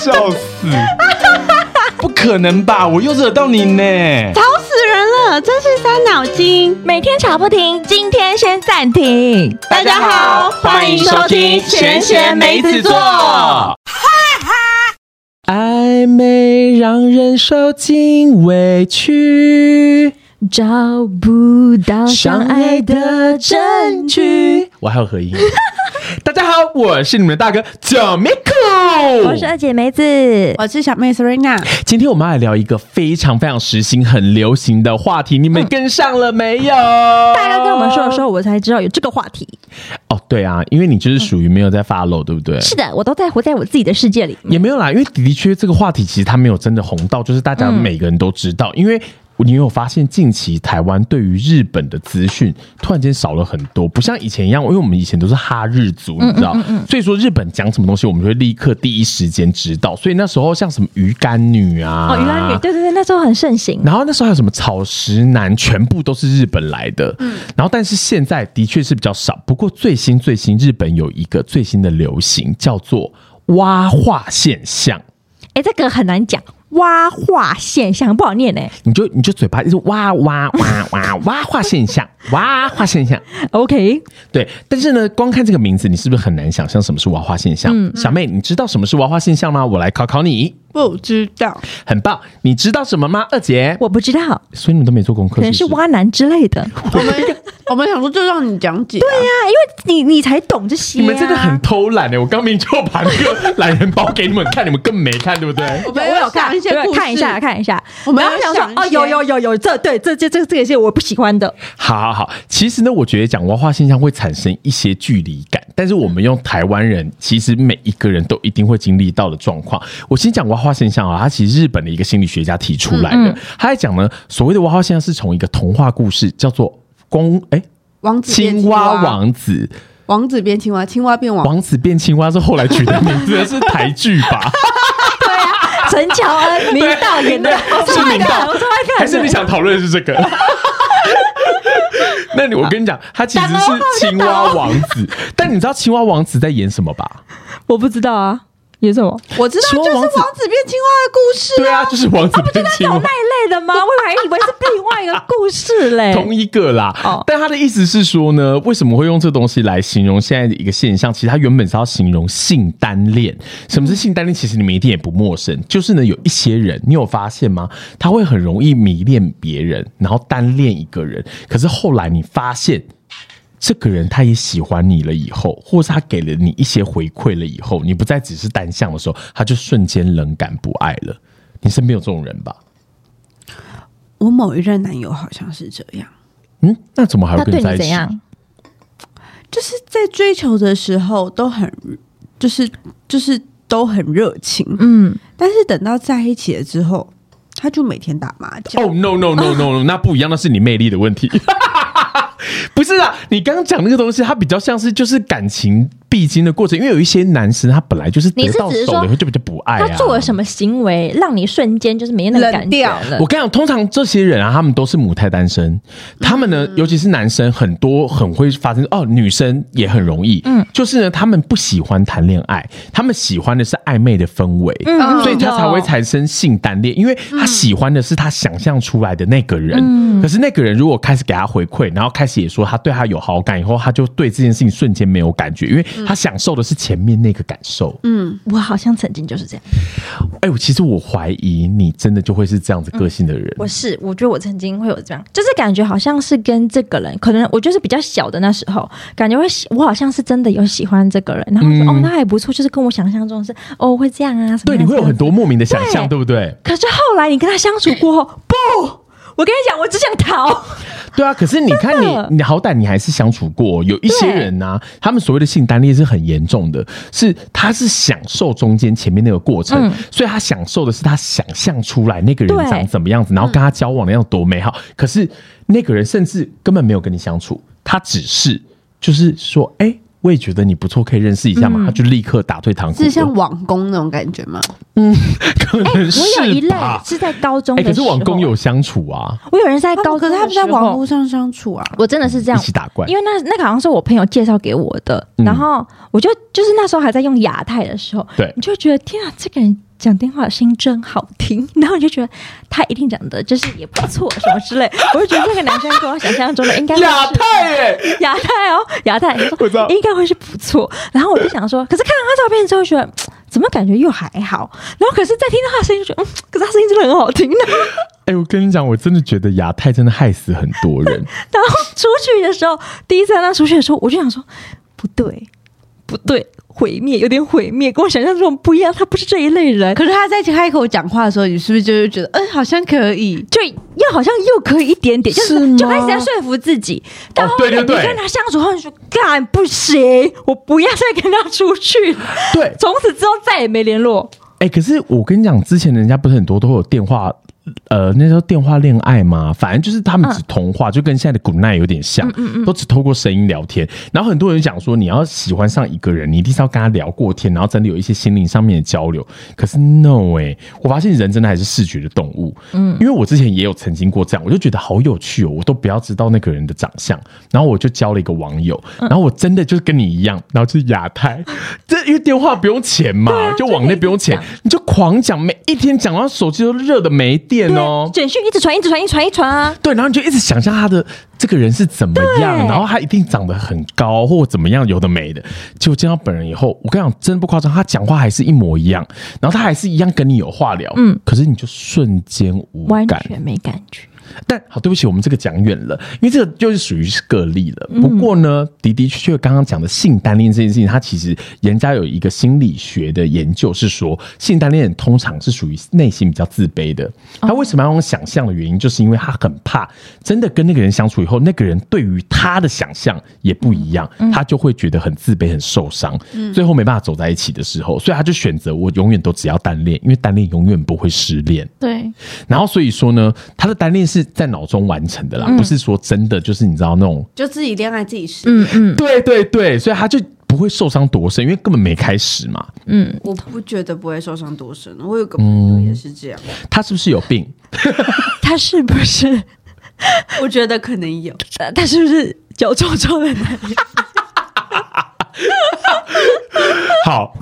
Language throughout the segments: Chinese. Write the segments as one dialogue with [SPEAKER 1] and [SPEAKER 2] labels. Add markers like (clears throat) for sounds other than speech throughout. [SPEAKER 1] 笑死！不可能吧？我又惹到你呢！
[SPEAKER 2] 吵死人了，真是伤脑筋。
[SPEAKER 3] 每天吵不停，今天先暂停。
[SPEAKER 2] 大家好欢迎收听
[SPEAKER 3] 闲闲梅子座
[SPEAKER 4] 暧昧让人受尽委屈，
[SPEAKER 3] 找不
[SPEAKER 4] 相
[SPEAKER 3] 到相
[SPEAKER 4] 爱
[SPEAKER 3] 爱
[SPEAKER 4] 的证
[SPEAKER 3] 的证
[SPEAKER 4] 据
[SPEAKER 3] 据。。
[SPEAKER 4] 我还有合音。 (laughs) 大家好，我是你们的大哥九妹
[SPEAKER 3] 我是
[SPEAKER 4] o
[SPEAKER 3] 二姐梅子，
[SPEAKER 2] 我是小妹 Serena，
[SPEAKER 4] 今天我们要来聊一个非常非常时兴、很流行的话题，你们跟上了没有？
[SPEAKER 3] 嗯大哥跟我们说的时候，我才知道有这个话题。
[SPEAKER 2] (laughs)
[SPEAKER 4] 哦，对啊，因为你就是属于没有在 follow，对不对？
[SPEAKER 3] 是的，我都在活在我自己的世界里。
[SPEAKER 4] 也没有啦，因为的确这个话题其实它没有真的红到，就是大家每个人都知道，因为。你有发现近期台湾对于日本的资讯突然间少了很多，不像以前一样，因为我们以前都是哈日族，你知道，所以说日本讲什么东西，我们就会立刻第一时间知道。所以那时候像什么鱼干女啊，
[SPEAKER 3] 哦，原来你对对对，那时候很盛行。
[SPEAKER 4] 然后那时候还有什么草食男，全部都是日本来的。然后但是现在的确是比较少。不过最新最新，日本有一个最新的流行叫做蛙化现象，
[SPEAKER 3] 哎，这个很难讲，蛙化现象不好念哎。
[SPEAKER 4] 你就你就嘴巴一直蛙蛙蛙蛙蛙化现象，蛙化现象。
[SPEAKER 3] OK，
[SPEAKER 4] 对，但是呢，光看这个名字，你是不是很难想象什么是蛙化现象？
[SPEAKER 3] 嗯
[SPEAKER 4] 小妹，你知道什么是蛙化现象吗？我来考考你。
[SPEAKER 2] 不知道。
[SPEAKER 4] 很棒，你知道什么吗？二姐，
[SPEAKER 3] 我不知道，
[SPEAKER 4] 所以你们都没做功课，
[SPEAKER 3] 可能是啊
[SPEAKER 4] 是不是
[SPEAKER 3] 蛙男之类的。对
[SPEAKER 2] 我们 (laughs) 我们想说就让你讲解、对呀、
[SPEAKER 3] 啊，因为你你才懂这些啊。
[SPEAKER 4] 你们真的很偷懒哎、我刚明就把那个懒人包给你们看，你们根本没看，对不对？
[SPEAKER 2] 我
[SPEAKER 3] 有
[SPEAKER 2] 们有
[SPEAKER 3] 看
[SPEAKER 2] 想一些故事，
[SPEAKER 3] 看一下，看一下。
[SPEAKER 2] 我们
[SPEAKER 3] 然后
[SPEAKER 2] 要
[SPEAKER 3] 想
[SPEAKER 2] 想
[SPEAKER 3] 说，哦，
[SPEAKER 2] 一些
[SPEAKER 3] 有有有有，这对这这这这个是我不喜欢 (laughs) 的。
[SPEAKER 4] 好好好，其实呢，我觉得讲文化现象会产生一些距离感，但是我们用台湾人，其实每一个人都一定会经历到的状况。我先讲文化现象啊，它其实日本的一个心理学家提出来的，他在讲呢，所谓的文化现象是从一个童话故事叫做公哎。
[SPEAKER 2] 王子变
[SPEAKER 4] 青蛙，哦王子，
[SPEAKER 2] 王子变青蛙，青蛙变王。
[SPEAKER 4] 王子变青蛙是后来取的名字， (laughs) 是台剧吧？
[SPEAKER 3] 陈乔恩、明道演 (laughs) 的，我超
[SPEAKER 4] 是
[SPEAKER 3] 爱
[SPEAKER 4] 明
[SPEAKER 3] 看，
[SPEAKER 4] 道
[SPEAKER 3] 我超爱看的。
[SPEAKER 4] 还是你想讨论的是这个？ (laughs) 那你我跟你讲，他其实是青蛙王
[SPEAKER 3] (laughs)
[SPEAKER 4] 子，但你知道青蛙王子在演什么吧？
[SPEAKER 3] 我不知道啊，演什么？
[SPEAKER 2] 我知道，
[SPEAKER 4] 青
[SPEAKER 2] 就
[SPEAKER 4] 蛙
[SPEAKER 2] 是
[SPEAKER 4] 王子
[SPEAKER 2] 王子变青蛙的故事。
[SPEAKER 4] 对啊， (laughs) 就是王子变青蛙。
[SPEAKER 3] 那一类的 (laughs) 吗？我还以为是另外一个故事嘞
[SPEAKER 4] 同一个啦，
[SPEAKER 3] 哎哦
[SPEAKER 4] 但他的意思是说呢，为什么会用这东西来形容现在的一个现象？其实他原本是要形容性单恋。什么是性单恋？其实你们一定也不陌生，就是呢，有一些人，你有发现吗？他会很容易迷恋别人，然后单恋一个人，可是后来你发现。这个人他也喜欢你了以后，或是他给了你一些回馈了以后，你不再只是单向的时候，他就瞬间冷感不爱了。你身边有这种人吧？
[SPEAKER 2] 我某一任男友好像是这样，
[SPEAKER 4] 嗯，那怎么还
[SPEAKER 3] 他
[SPEAKER 4] 会跟
[SPEAKER 3] 对
[SPEAKER 4] 你在
[SPEAKER 3] 你
[SPEAKER 4] 一起？
[SPEAKER 3] 怎样？
[SPEAKER 2] 就是在追求的时候都很，就是就是都很热情，
[SPEAKER 3] 嗯，
[SPEAKER 2] 但是等到在一起了之后，他就每天打麻将。
[SPEAKER 4] 哦、no no
[SPEAKER 3] (laughs)
[SPEAKER 4] no no no，那不一样，那是你魅力的问题。 (laughs) 不是啊，你刚刚讲那个东西，它比较像是就是感情必经的过程，因为有一些男生他本来就是
[SPEAKER 3] 你
[SPEAKER 4] 得
[SPEAKER 3] 是
[SPEAKER 4] 到
[SPEAKER 3] 只是
[SPEAKER 4] 手了以
[SPEAKER 3] 说
[SPEAKER 4] 后就比较不爱、啊。
[SPEAKER 3] 他做了什么行为让你瞬间就是没那个感觉
[SPEAKER 2] 冷
[SPEAKER 3] 了
[SPEAKER 4] 我？跟你讲，通常这些人啊，他们都是母胎单身，他们
[SPEAKER 3] 嗯
[SPEAKER 4] 呢，尤其是男生，很多很会发生哦，女生也很容易，嗯，就是呢，他们不喜欢谈恋爱，他们喜欢的是暧昧的氛围，
[SPEAKER 3] 嗯
[SPEAKER 4] 所以他才会产生性单恋，因为他喜欢的是他想象出来的那个人，可是那个人如果开始给他回馈，然后开始也说他对他有好感以后，他就对这件事情瞬间没有感觉，因为他享受的是前面那个感受，
[SPEAKER 3] 我好像曾经就是这样，
[SPEAKER 4] 哎、我其实我怀疑你真的就会是这样子个性的人，
[SPEAKER 3] 嗯我是我觉得我曾经会有这样，就是感觉好像是跟这个人，可能我就是比较小的那时候，感觉会喜，我好像是真的有喜欢这个人，然后说、哦，那还不错，就是跟我想象中是哦会这样啊什么
[SPEAKER 4] 嗯对，
[SPEAKER 3] 样
[SPEAKER 4] 你会有
[SPEAKER 3] 这样
[SPEAKER 4] 很多莫名的想象，对
[SPEAKER 3] 对
[SPEAKER 4] 不对？
[SPEAKER 3] 可是后来你跟他相处过后，不，我跟你讲，我只想逃。
[SPEAKER 4] 对啊，可是你看
[SPEAKER 3] 真的
[SPEAKER 4] 你，你好歹你还是相处过。有一些人呐、他们所谓的性单恋是很严重的，是他是享受中间前面那个过程，
[SPEAKER 3] 嗯
[SPEAKER 4] 所以他享受的是他想象出来那个人
[SPEAKER 3] 对
[SPEAKER 4] 长怎么样子，然后跟他交往的样子多美好。可是那个人甚至根本没有跟你相处，他只是就是说，哎、我也觉得你不错，可以认识一下
[SPEAKER 3] 嗯
[SPEAKER 4] 嘛，他就立刻打退堂鼓了，
[SPEAKER 2] 是
[SPEAKER 4] (laughs)
[SPEAKER 2] 像网工那种感觉吗？
[SPEAKER 4] 可
[SPEAKER 3] 哎、
[SPEAKER 4] 能是
[SPEAKER 3] 我有一类
[SPEAKER 4] 吧。
[SPEAKER 3] 是在高中
[SPEAKER 4] 哎、
[SPEAKER 3] 的时
[SPEAKER 4] 可
[SPEAKER 3] 候，
[SPEAKER 4] 是网工有相处啊，
[SPEAKER 3] 我有人是在
[SPEAKER 2] 他
[SPEAKER 3] 高
[SPEAKER 2] 们哦可
[SPEAKER 3] 中的时
[SPEAKER 2] 是他
[SPEAKER 3] 候，
[SPEAKER 2] 们在网络上相处啊，
[SPEAKER 3] 我真的是这
[SPEAKER 4] 一
[SPEAKER 3] 样。
[SPEAKER 4] 起打怪，
[SPEAKER 3] 因为那那个好像是我朋友介绍给我的，
[SPEAKER 4] 嗯
[SPEAKER 3] 然后我就就是那时候还在用亚太的时候，
[SPEAKER 4] 对
[SPEAKER 3] 你就觉得天啊，这个人讲电话的声音真好听， (laughs) 然后你就觉得他一定讲的就是也不错什么之类， (laughs) 我就觉得这个男生跟我想象中的应该会是
[SPEAKER 4] 亚太哎、
[SPEAKER 3] 亚太哦，亚太，你说
[SPEAKER 4] 我知道
[SPEAKER 3] 应该会是不错。然后我就想说，可是看到他照片之后，觉得嘖怎么感觉又还好。然后可是再听到他的声音，就觉得嗯，可是他声音真的很好听。 (laughs) 然后
[SPEAKER 4] 哎、我跟你讲，我真的觉得亚太真的害死很多人。
[SPEAKER 3] (laughs) 然后出去的时候，第一次让他出去的时候，我就想说，不对，不对，毁灭有点毁灭，跟我想象中不一样，他不是这一类人。
[SPEAKER 2] 可是他在开口讲话的时候，你是不是就会觉得，嗯、好像可以？
[SPEAKER 3] 就又好像又可以一点点，就是
[SPEAKER 4] 吗
[SPEAKER 3] 就开始在说服自己。但后
[SPEAKER 4] 对对
[SPEAKER 3] 面
[SPEAKER 4] 对
[SPEAKER 3] 你跟他相处后，你说干不行，我不要再跟他出去。
[SPEAKER 4] 对
[SPEAKER 3] 从此之后再也没联络。
[SPEAKER 4] 哎、可是我跟你讲，之前人家不是很多都会有电话，呃，那叫电话恋爱嘛，反正就是他们只通话，就跟现在的古奈有点像，都只透过声音聊天。然后很多人讲说，你要喜欢上一个人，你一定是要跟他聊过天，然后真的有一些心灵上面的交流。可是 no 哎、我发现人真的还是视觉的动物，嗯，因为我之前也有曾经过这样，我就觉得好有趣哦，我都不要知道那个人的长相，然后我就交了一个网友，然后我真的就是跟你一样，然后就是亚太， (laughs) 这因为电话不用钱嘛，就网内不用钱你
[SPEAKER 3] 就可以一直讲。
[SPEAKER 4] 就狂讲，每一天讲到手机都热的没电哦。
[SPEAKER 3] 简讯一直传，一直传，一直传，一直传啊。
[SPEAKER 4] 对，然后你就一直想象他的这个人是怎么样，
[SPEAKER 3] 对
[SPEAKER 4] 然后他一定长得很高或怎么样，有的没的。结果见到本人以后，我跟你讲，真不夸张，他讲话还是一模一样，然后他还是一样跟你有话聊，嗯，可是你就瞬间无
[SPEAKER 3] 完
[SPEAKER 4] 感，
[SPEAKER 3] 全没感觉。
[SPEAKER 4] 但好，对不起，我们这个讲远了，因为这个就是属于是个例了。不过呢，的的确确刚刚讲的性单恋这件事情，它其实人家有一个心理学的研究是说，性单恋通常是属于内心比较自卑的。他为什么要用想象的原因，就是因为他很怕真的跟那个人相处以后，那个人对于他的想象也不一样，他就会觉得很自卑、很受伤，最后没办法走在一起的时候，所以他就选择我永远都只要单恋，因为单恋永远不会失恋。
[SPEAKER 3] 对，
[SPEAKER 4] 然后所以说呢，他的单恋是在脑中完成的啦，不是说真的就是你知道那种，
[SPEAKER 2] 就自己恋爱自己试。
[SPEAKER 3] 嗯嗯，
[SPEAKER 4] 对对对，所以他就不会受伤多深，因为根本没开始嘛。
[SPEAKER 2] 我不觉得不会受伤多深，我有个朋友也是这样，
[SPEAKER 4] 他是不是有病？
[SPEAKER 3] 他是不是？
[SPEAKER 2] 我觉得可能有。
[SPEAKER 3] 呃他是不是脚臭臭的男人？
[SPEAKER 4] (laughs) 好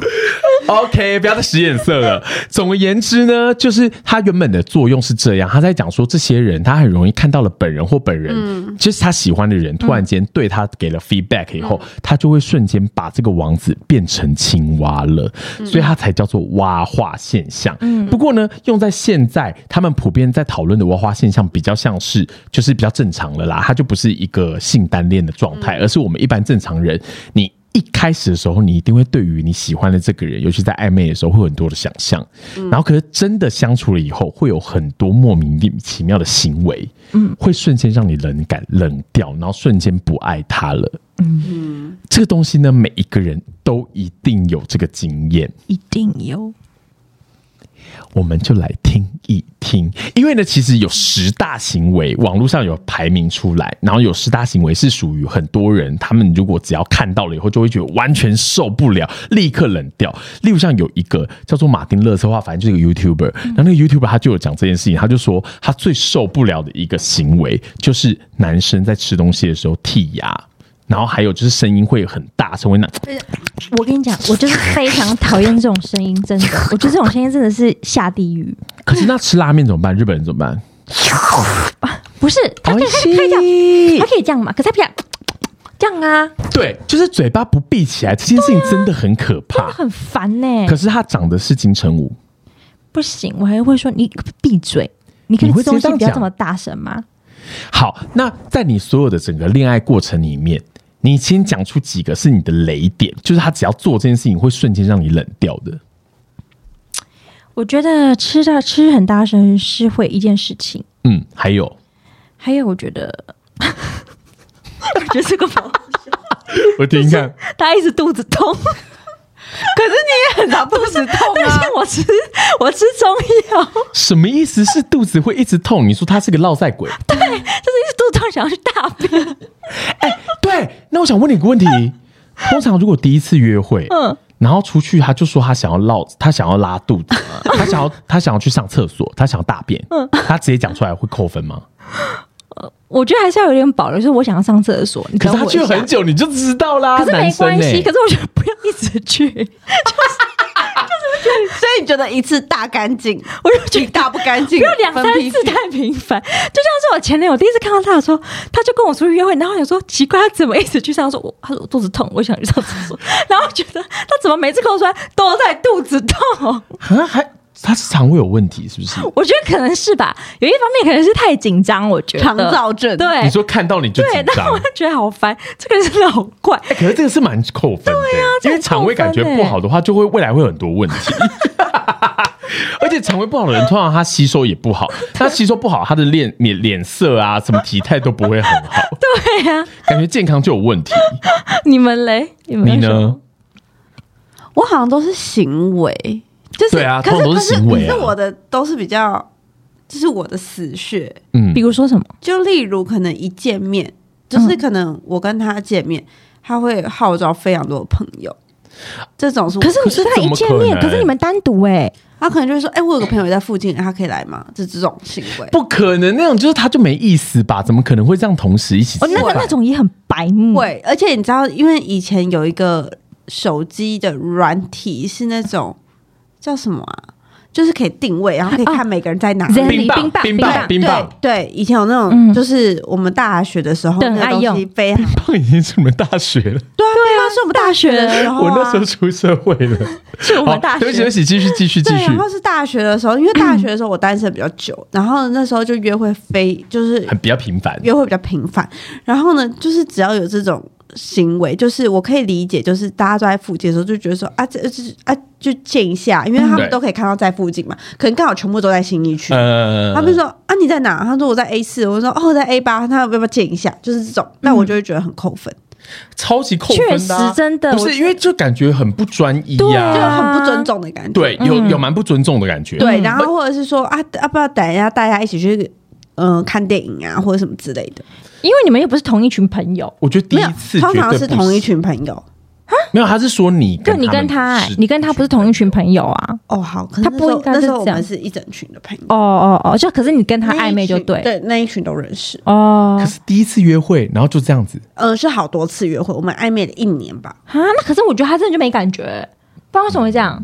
[SPEAKER 4] ，OK，不要再使眼色了。总而言之呢，就是他原本的作用是这样，他在讲说这些人，他很容易看到了本人或本人，就是他喜欢的人，突然间对他给了 feedback 以后，他就会瞬间把这个王子变成青蛙了，所以他才叫做蛙化现象。不过呢，用在现在，他们普遍在讨论的蛙化现象比较像是，就是比较正常了啦，它就不是一个性单恋的状态，而是我们一般正常人，你。一开始的时候，你一定会对于你喜欢的这个人，尤其在暧昧的时候，会有很多的想象。然后，可是真的相处了以后，会有很多莫名其妙的行为，嗯，会瞬间让你冷感冷掉，然后瞬间不爱他了。嗯，这个东西呢，每一个人都一定有这个经验。
[SPEAKER 3] 一定有。
[SPEAKER 4] 我们就来听一听，因为呢，其实有十大行为，网络上有排名出来，然后有十大行为是属于很多人，他们如果只要看到了以后，就会觉得完全受不了，立刻冷掉。例如像有一个叫做马丁乐策划，反正就是一个 YouTuber，然后那个 YouTuber 他就有讲这件事情，他就说他最受不了的一个行为就是男生在吃东西的时候剔牙。然后还有就是声音会很大，声会那
[SPEAKER 3] 我跟你讲，我就是非常讨厌这种声音，
[SPEAKER 4] (laughs)
[SPEAKER 3] 真的，我觉得这种声音真的是下地狱。
[SPEAKER 4] 可是那吃拉面怎么办？日本人怎么办？哦
[SPEAKER 3] 不是，他可以，他可以这样，他可以这样嘛？可是他不想这样啊，
[SPEAKER 4] 对，就是嘴巴不闭起来，这件事情真的很可怕。
[SPEAKER 3] 很烦呢、
[SPEAKER 4] 可是他长得是金城武，
[SPEAKER 3] 不行，我还会说你闭嘴，你可以
[SPEAKER 4] 你会
[SPEAKER 3] 吃东
[SPEAKER 4] 直接这样
[SPEAKER 3] 西不要
[SPEAKER 4] 讲
[SPEAKER 3] 这么大声吗？
[SPEAKER 4] 好，那在你所有的整个恋爱过程里面，你先讲出几个是你的雷点，就是他只要做这件事情会瞬间让你冷掉的。
[SPEAKER 3] 我觉得吃大吃很大声是会一件事情，
[SPEAKER 4] 嗯，还有，
[SPEAKER 3] 还有我觉得，我觉得这个蛮好笑
[SPEAKER 4] 我听听看，
[SPEAKER 3] 他一直肚子
[SPEAKER 4] (laughs)
[SPEAKER 3] 痛，
[SPEAKER 2] 可是你也很常肚子痛
[SPEAKER 3] 但
[SPEAKER 2] 啊
[SPEAKER 3] 是。 (laughs) 我吃我吃中药， (laughs) 就
[SPEAKER 4] 什么意思？是肚子会一直痛？你说他是个落塞鬼？
[SPEAKER 3] 是一直肚子痛想要去大便。
[SPEAKER 4] 对，那我想问你个问题：通常如果第一次约会，嗯
[SPEAKER 3] 嗯，
[SPEAKER 4] 然后出去他就说他想要落，他想要拉肚子
[SPEAKER 3] (laughs)
[SPEAKER 4] 嘛，他想要他想要去上厕所，他想要大便，
[SPEAKER 3] 嗯
[SPEAKER 4] 他直接讲出来会扣分吗？
[SPEAKER 3] 我觉得还是要有点保留，就是我想要上厕所，你
[SPEAKER 4] 可
[SPEAKER 3] 等
[SPEAKER 4] 是他
[SPEAKER 3] 我一
[SPEAKER 4] 去
[SPEAKER 3] 下
[SPEAKER 4] 了很，久，你就知道啦。
[SPEAKER 3] 可是
[SPEAKER 4] 男
[SPEAKER 3] 没
[SPEAKER 4] 生
[SPEAKER 3] 关系，
[SPEAKER 4] 欸
[SPEAKER 3] (laughs) 可是我觉得不要一直去，
[SPEAKER 2] (laughs) 所以你觉得一次大干净，我就
[SPEAKER 4] (laughs)
[SPEAKER 2] 觉得大不干净，
[SPEAKER 3] 不要两
[SPEAKER 2] 分批
[SPEAKER 3] 三次太频繁，就像是我前男友第一次看到他的时候，他就跟我出去约会，然后我想说奇怪，他怎么一直去上厕所？我他说我肚子痛，我想去上厕所， (laughs) 然后觉得他怎么每次跟我说都在肚子痛？
[SPEAKER 4] 啊，还他是肠胃有问题是不是？
[SPEAKER 3] 我觉得可能是吧，有一方面可能是太紧张，我觉得
[SPEAKER 2] 肠燥症。
[SPEAKER 3] 对
[SPEAKER 4] 你说看到你就
[SPEAKER 3] 哎对
[SPEAKER 4] 紧，
[SPEAKER 3] 然
[SPEAKER 4] 张
[SPEAKER 3] 后我。就觉得好烦，这个人真的好怪。
[SPEAKER 4] 哎可是这个是蛮扣分的，
[SPEAKER 3] 啊这
[SPEAKER 4] 因为
[SPEAKER 3] 很
[SPEAKER 4] 肠胃感觉
[SPEAKER 3] 扣分欸
[SPEAKER 4] 不好的话，就会未来会有很多问
[SPEAKER 3] (laughs)
[SPEAKER 4] 题。而且肠胃不好的人，通常他吸收也不好，他吸收不好，他的脸脸脸色啊，什么体态都不会很
[SPEAKER 3] (laughs)
[SPEAKER 4] 好，
[SPEAKER 3] 对呀、
[SPEAKER 4] 感觉健康就有问题。
[SPEAKER 3] 你们嘞？你们
[SPEAKER 4] 你
[SPEAKER 3] 有什么
[SPEAKER 4] 呢？？
[SPEAKER 2] 我好像都是行为，就是
[SPEAKER 4] 对啊
[SPEAKER 2] 可是
[SPEAKER 4] 通常都是行为啊
[SPEAKER 2] 可是可是我的都是比较，就是我的死穴。
[SPEAKER 4] 嗯
[SPEAKER 3] 比，如说什么？
[SPEAKER 2] 就例如可能一见面，就是可能我跟他见面，他会号召非常多的朋友，这种是我
[SPEAKER 3] 可是你
[SPEAKER 4] 是
[SPEAKER 3] 跟他一
[SPEAKER 4] 怎么
[SPEAKER 3] 见
[SPEAKER 4] 可
[SPEAKER 3] 面，
[SPEAKER 4] 能
[SPEAKER 3] 可是你们单独哎、
[SPEAKER 2] 他可能就会说，哎、我有个朋友也在附近，他可以来吗？这这种行为，
[SPEAKER 4] 不可能那种，就是他就没意思吧？怎么可能会这样同时一起吃
[SPEAKER 3] 哦，那个
[SPEAKER 4] 饭？
[SPEAKER 3] 那种也很白目，
[SPEAKER 2] 会，而且你知道，因为以前有一个手机的软体是那种叫什么啊？就是可以定位，然后可以
[SPEAKER 3] 哦
[SPEAKER 2] 看每个人在哪里。
[SPEAKER 3] Zen
[SPEAKER 4] 冰棒
[SPEAKER 3] 冰棒
[SPEAKER 4] 冰
[SPEAKER 3] 冰
[SPEAKER 4] 棒
[SPEAKER 3] 棒
[SPEAKER 4] 冰棒，
[SPEAKER 2] 对，以前有那种，
[SPEAKER 3] 嗯
[SPEAKER 2] 就是我们大学的时候，
[SPEAKER 3] 对啊
[SPEAKER 2] 那
[SPEAKER 3] 很爱
[SPEAKER 2] 个东西
[SPEAKER 3] 用
[SPEAKER 2] 非常
[SPEAKER 4] 冰棒已经是你们大学了，
[SPEAKER 2] 对啊，对啊，是我们大学的时候、啊，
[SPEAKER 4] 我那时候出社会了。
[SPEAKER 3] 是我
[SPEAKER 4] 好，
[SPEAKER 3] 们大
[SPEAKER 4] 对不起，哦对不。
[SPEAKER 3] 学
[SPEAKER 4] 起，继续继续继
[SPEAKER 2] 对，
[SPEAKER 4] 续
[SPEAKER 2] 然，后是大学的时候，因为大学的时候我单身比较久，然后那时候就约会非就是
[SPEAKER 4] 很比较频繁。
[SPEAKER 2] 约会比较频繁，然后呢，就是只要有这种行为，就是我可以理解，就是大家都在附近的时候就觉得说啊，这这啊就见一下，因为他
[SPEAKER 4] 对
[SPEAKER 2] 们都可以看到在附近嘛，可能刚好全部都在新一区。
[SPEAKER 4] 呃，
[SPEAKER 2] 他们说啊你在哪？他说我在 A 四，我说哦我在 A 八，他要不要见一下？就是这种，那我就会觉得很扣分，
[SPEAKER 4] 超级扣分的啊、
[SPEAKER 3] 确实真的
[SPEAKER 4] 不
[SPEAKER 3] 我
[SPEAKER 4] 是因为就感觉很不专一呀、
[SPEAKER 2] 就
[SPEAKER 3] 啊
[SPEAKER 2] 很不尊重的感觉。
[SPEAKER 4] 嗯对，嗯有有蛮不尊重的感觉。
[SPEAKER 2] 嗯对，然后或者是说啊，要不要等一下大家一起去嗯、呃看电影啊，或者什么之类的？
[SPEAKER 3] 因为你们又不是同一群朋友，
[SPEAKER 4] 我觉得第
[SPEAKER 2] 没有
[SPEAKER 4] 一次，
[SPEAKER 2] 通
[SPEAKER 4] 绝
[SPEAKER 2] 常
[SPEAKER 4] 对
[SPEAKER 2] 是
[SPEAKER 4] 不
[SPEAKER 2] 同
[SPEAKER 4] 行，
[SPEAKER 2] 一群朋友。
[SPEAKER 4] 没有，他是说你
[SPEAKER 3] 就
[SPEAKER 4] 跟
[SPEAKER 3] 你跟他、
[SPEAKER 4] 他
[SPEAKER 3] 哎
[SPEAKER 4] 们
[SPEAKER 3] 你跟他不是同一群朋友啊。
[SPEAKER 2] 哦，好，可是
[SPEAKER 3] 他
[SPEAKER 2] 那
[SPEAKER 3] 不
[SPEAKER 2] 时候
[SPEAKER 3] 应该
[SPEAKER 2] 那
[SPEAKER 3] 是
[SPEAKER 2] 时候我
[SPEAKER 3] 这样
[SPEAKER 2] 们是一整群的朋友，
[SPEAKER 3] 哦哦哦，就可是你跟他
[SPEAKER 2] 那一
[SPEAKER 3] 暧昧就
[SPEAKER 2] 群
[SPEAKER 3] 对，
[SPEAKER 2] 对，那一群都认识。
[SPEAKER 3] 哦
[SPEAKER 4] 可是第一次约会，然后就这样子，
[SPEAKER 2] 嗯、是好多次约会，我们暧昧了一年吧，
[SPEAKER 3] 啊，那可是我觉得他真的就没感觉、不知道为什么会这样。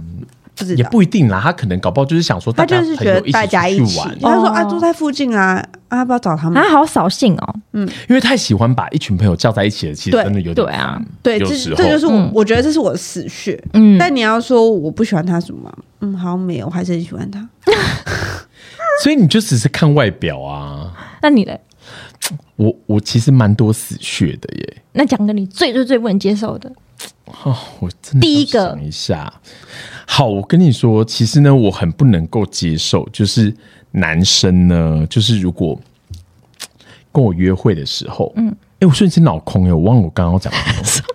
[SPEAKER 2] 不知
[SPEAKER 4] 也
[SPEAKER 2] 道。
[SPEAKER 4] 不一定啦。他可能搞不好就是想说，
[SPEAKER 2] 他就是觉得大家
[SPEAKER 4] 一
[SPEAKER 2] 一
[SPEAKER 4] 起出
[SPEAKER 2] 起
[SPEAKER 4] 去玩，，
[SPEAKER 2] 他说
[SPEAKER 3] 哦
[SPEAKER 2] 啊，都在附近啊，啊，要不要找
[SPEAKER 4] 嗯
[SPEAKER 2] 他们
[SPEAKER 3] 啊，？好扫兴哦！
[SPEAKER 4] 因为太喜欢把一群朋友叫在一起了，其实
[SPEAKER 2] 对
[SPEAKER 4] 真的有点
[SPEAKER 3] 对啊，
[SPEAKER 2] 对，
[SPEAKER 4] 有
[SPEAKER 2] 这
[SPEAKER 4] 时候
[SPEAKER 2] 这就是我，
[SPEAKER 3] 嗯
[SPEAKER 2] 我觉得这是我的死穴。
[SPEAKER 3] 嗯
[SPEAKER 2] 但你要说我不喜欢他什么吗，嗯，好像没有，我还是很喜欢他。
[SPEAKER 4] 所以你就只是看外表啊。
[SPEAKER 3] 那你嘞？
[SPEAKER 4] 我我其实蛮多死穴的耶，
[SPEAKER 3] 那讲个你最最最不能接受的，
[SPEAKER 4] 哦，我真的
[SPEAKER 3] 第一
[SPEAKER 4] 要
[SPEAKER 3] 个
[SPEAKER 4] 想一下。好，我跟你说，其实呢，我很不能够接受，就是男生呢，就是如果跟我约会的时候，嗯，哎、我瞬间脑空哎、我忘了我刚刚
[SPEAKER 2] (laughs)
[SPEAKER 4] 讲什么。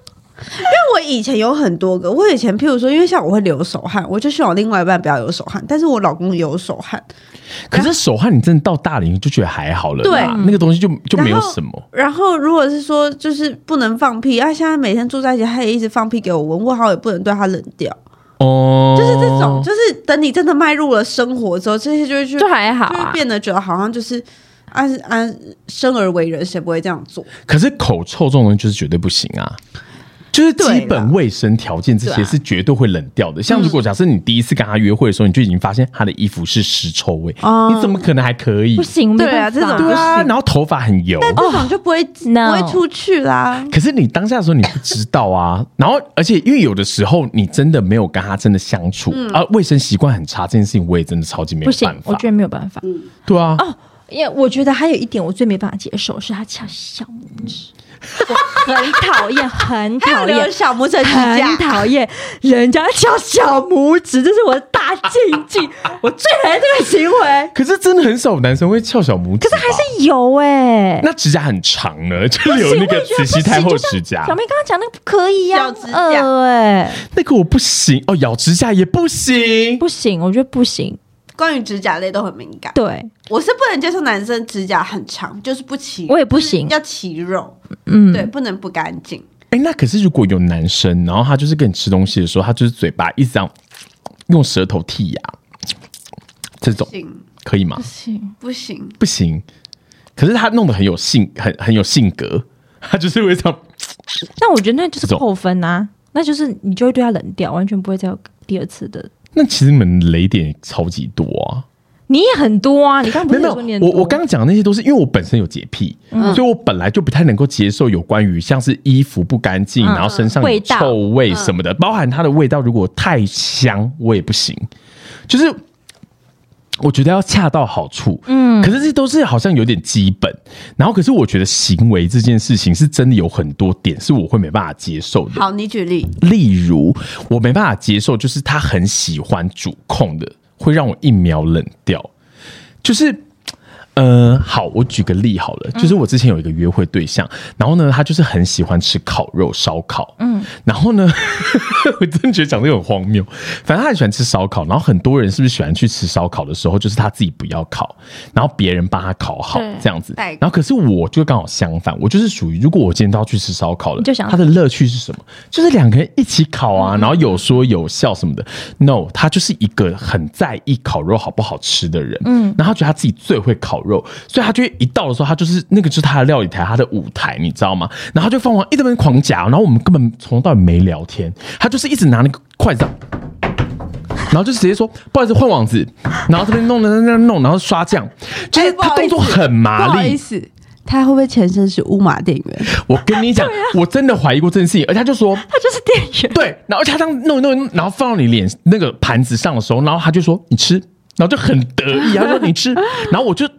[SPEAKER 2] 但我以前有很多个，我以前譬如说，因为像我会流手汗，我就希望我另外一半不要流手汗，但是我老公流手汗，
[SPEAKER 4] 可是手汗，你真的到大龄就觉得还好了啦，
[SPEAKER 2] 对
[SPEAKER 4] 那个东西就就没有
[SPEAKER 2] 然后
[SPEAKER 4] 什么。
[SPEAKER 2] 然后如果是说就是不能放屁，啊，现在每天住在一起，他也一直放屁给我闻，我好像也不能对他冷掉，
[SPEAKER 4] 哦，
[SPEAKER 2] 就是这种，就是等你真的迈入了生活之后，这些就会去
[SPEAKER 3] 就还好
[SPEAKER 2] 就会
[SPEAKER 3] 啊。
[SPEAKER 2] 变得觉得好像就是。啊啊！生而为人，谁不会这样做？
[SPEAKER 4] 可是口臭这种东西就是绝对不行啊。就是
[SPEAKER 2] 对啦啊
[SPEAKER 4] 基本卫生条件这些
[SPEAKER 3] 对啊
[SPEAKER 4] 是绝对会冷掉的。像如果假设你第一次跟他约会的时候，你就已经发现他的衣服是尸臭味，
[SPEAKER 2] 哦
[SPEAKER 4] 你怎么可能还可以
[SPEAKER 3] 不？行，
[SPEAKER 2] 对
[SPEAKER 3] 没办
[SPEAKER 2] 啊
[SPEAKER 3] 法
[SPEAKER 2] 这种
[SPEAKER 4] 对啊，
[SPEAKER 2] 不行
[SPEAKER 4] 然后头发很油。
[SPEAKER 2] 但这种就不会、
[SPEAKER 3] no
[SPEAKER 2] 不会出去啦。
[SPEAKER 4] 可是你当下的时候你不知道啊，然后而且因为有的时候你真的没有跟他真的相处，而卫生习惯很差这件事情，我也真的超级没有
[SPEAKER 3] 嗯不行
[SPEAKER 4] 办，
[SPEAKER 3] 我
[SPEAKER 4] 法
[SPEAKER 3] 觉。得没有办法。
[SPEAKER 4] 对啊，
[SPEAKER 3] 哦，因为我觉得还有一点我最没办法接受是他翘小拇指，我很讨厌，很
[SPEAKER 2] (laughs)
[SPEAKER 3] 讨厌
[SPEAKER 2] 留，小拇指的指甲
[SPEAKER 3] 很，讨厌人家翘小拇指，这是我的大禁忌，我最讨厌这个行为。
[SPEAKER 4] 可是真的很少男生会翘小拇指吧，可是欸还
[SPEAKER 3] 是有哎、
[SPEAKER 4] 那指甲很长呢，就是有那个
[SPEAKER 3] 不
[SPEAKER 4] 慈
[SPEAKER 3] 行
[SPEAKER 4] 禧太后指
[SPEAKER 3] 我也觉得不行就像
[SPEAKER 4] 甲
[SPEAKER 3] 小，妹刚刚讲那个不可以呀、
[SPEAKER 2] 咬
[SPEAKER 3] 啊，
[SPEAKER 2] 指
[SPEAKER 3] 很
[SPEAKER 2] 甲
[SPEAKER 3] 恶哎、
[SPEAKER 4] 那个我不行哦，咬指甲也不行。
[SPEAKER 3] 不行，我觉得不行。
[SPEAKER 2] 关于指甲类都很敏感。
[SPEAKER 3] 对，
[SPEAKER 2] 我是不能接受男生指甲很长，就是不齐，
[SPEAKER 3] 我也不行
[SPEAKER 2] 就是要齐肉，
[SPEAKER 3] 嗯，
[SPEAKER 2] 对，不能不干净。
[SPEAKER 4] 哎、那可是如果有男生，然后他就是跟你吃东西的时候，他就是嘴巴一直这样用舌头剔牙，这种
[SPEAKER 2] 不行
[SPEAKER 4] 可以吗
[SPEAKER 3] 不？行，
[SPEAKER 2] 不行，
[SPEAKER 4] 不行。可是他弄得很有性，很很有性格，他就是会这样。
[SPEAKER 3] 那我觉得那就是
[SPEAKER 4] 这种
[SPEAKER 3] 扣分啊，那就是你就会对他冷掉，完全不会再有第二次的
[SPEAKER 4] 那其实你们雷点超级多啊。
[SPEAKER 3] 你也很多啊，你刚不
[SPEAKER 4] 没
[SPEAKER 3] 是
[SPEAKER 4] 有没
[SPEAKER 3] 说你
[SPEAKER 4] 有，
[SPEAKER 3] 很
[SPEAKER 4] 我
[SPEAKER 3] 多嗯
[SPEAKER 4] 我刚刚讲的那些都是因为我本身有洁癖，所以我本来就不太能够接受有关于像是衣服不干净，
[SPEAKER 3] 嗯
[SPEAKER 4] 然后身上
[SPEAKER 3] 味
[SPEAKER 4] 有
[SPEAKER 3] 道嗯
[SPEAKER 4] 臭味什么的，包含它的味道如果太香我也不行，就是。我觉得要恰到好处，嗯，可是这都是好像有点基本，然后可是我觉得行为这件事情是真的有很多点是我会没办法接受的，
[SPEAKER 2] 好，你举例，
[SPEAKER 4] 例如，我没办法接受，就是他很喜欢主控的，会让我一秒冷掉。就是，呃，好，我举个例好了，就是我之前有一个约会对象，然后呢，他就是很喜欢吃烤肉、烧烤，嗯，然后呢， (laughs) 我真的觉得讲这个很荒谬。反正他很喜欢吃烧烤，然后很多人是不是喜欢去吃烧烤的时候，就是他自己不要烤，然后别人帮他烤好
[SPEAKER 3] 对
[SPEAKER 4] 这样子。
[SPEAKER 2] 代
[SPEAKER 4] 然后可是我就刚好相反，我就是属于如果我今天都要去吃烧烤了，
[SPEAKER 3] 你就想
[SPEAKER 4] 他的乐趣是什么？就是两个人一起烤啊，
[SPEAKER 2] 嗯
[SPEAKER 4] 然后有说有笑什么的。No，他就是一个很在意烤肉好不好吃的人。嗯，然后他觉得他自己最会烤肉，所以他就会一到的时候，他就是那个就是他的料理台，他的舞台，你知道吗？然后他就疯狂一直在那边狂夹，然后我们根本从头到尾没聊天，他就是一直拿那个筷子这样。然后就直接说不好意思换网子，然后这边弄弄弄弄，然后刷酱，就是
[SPEAKER 2] 哎不
[SPEAKER 4] 他
[SPEAKER 2] 好
[SPEAKER 4] 动
[SPEAKER 2] 意
[SPEAKER 4] 作
[SPEAKER 2] 思
[SPEAKER 4] 很麻
[SPEAKER 2] 不好
[SPEAKER 4] 利
[SPEAKER 2] 意，思，他会不会前身是乌马店员？
[SPEAKER 4] 我跟你讲，
[SPEAKER 2] 啊
[SPEAKER 4] 我真的怀疑过这件事情，而且他就说
[SPEAKER 3] 他就是店员，
[SPEAKER 4] 对，然后他这样弄一弄一弄，然后放到你脸那个盘子上的时候，然后他就说你吃，然后就很得意，他说你吃，然后我就。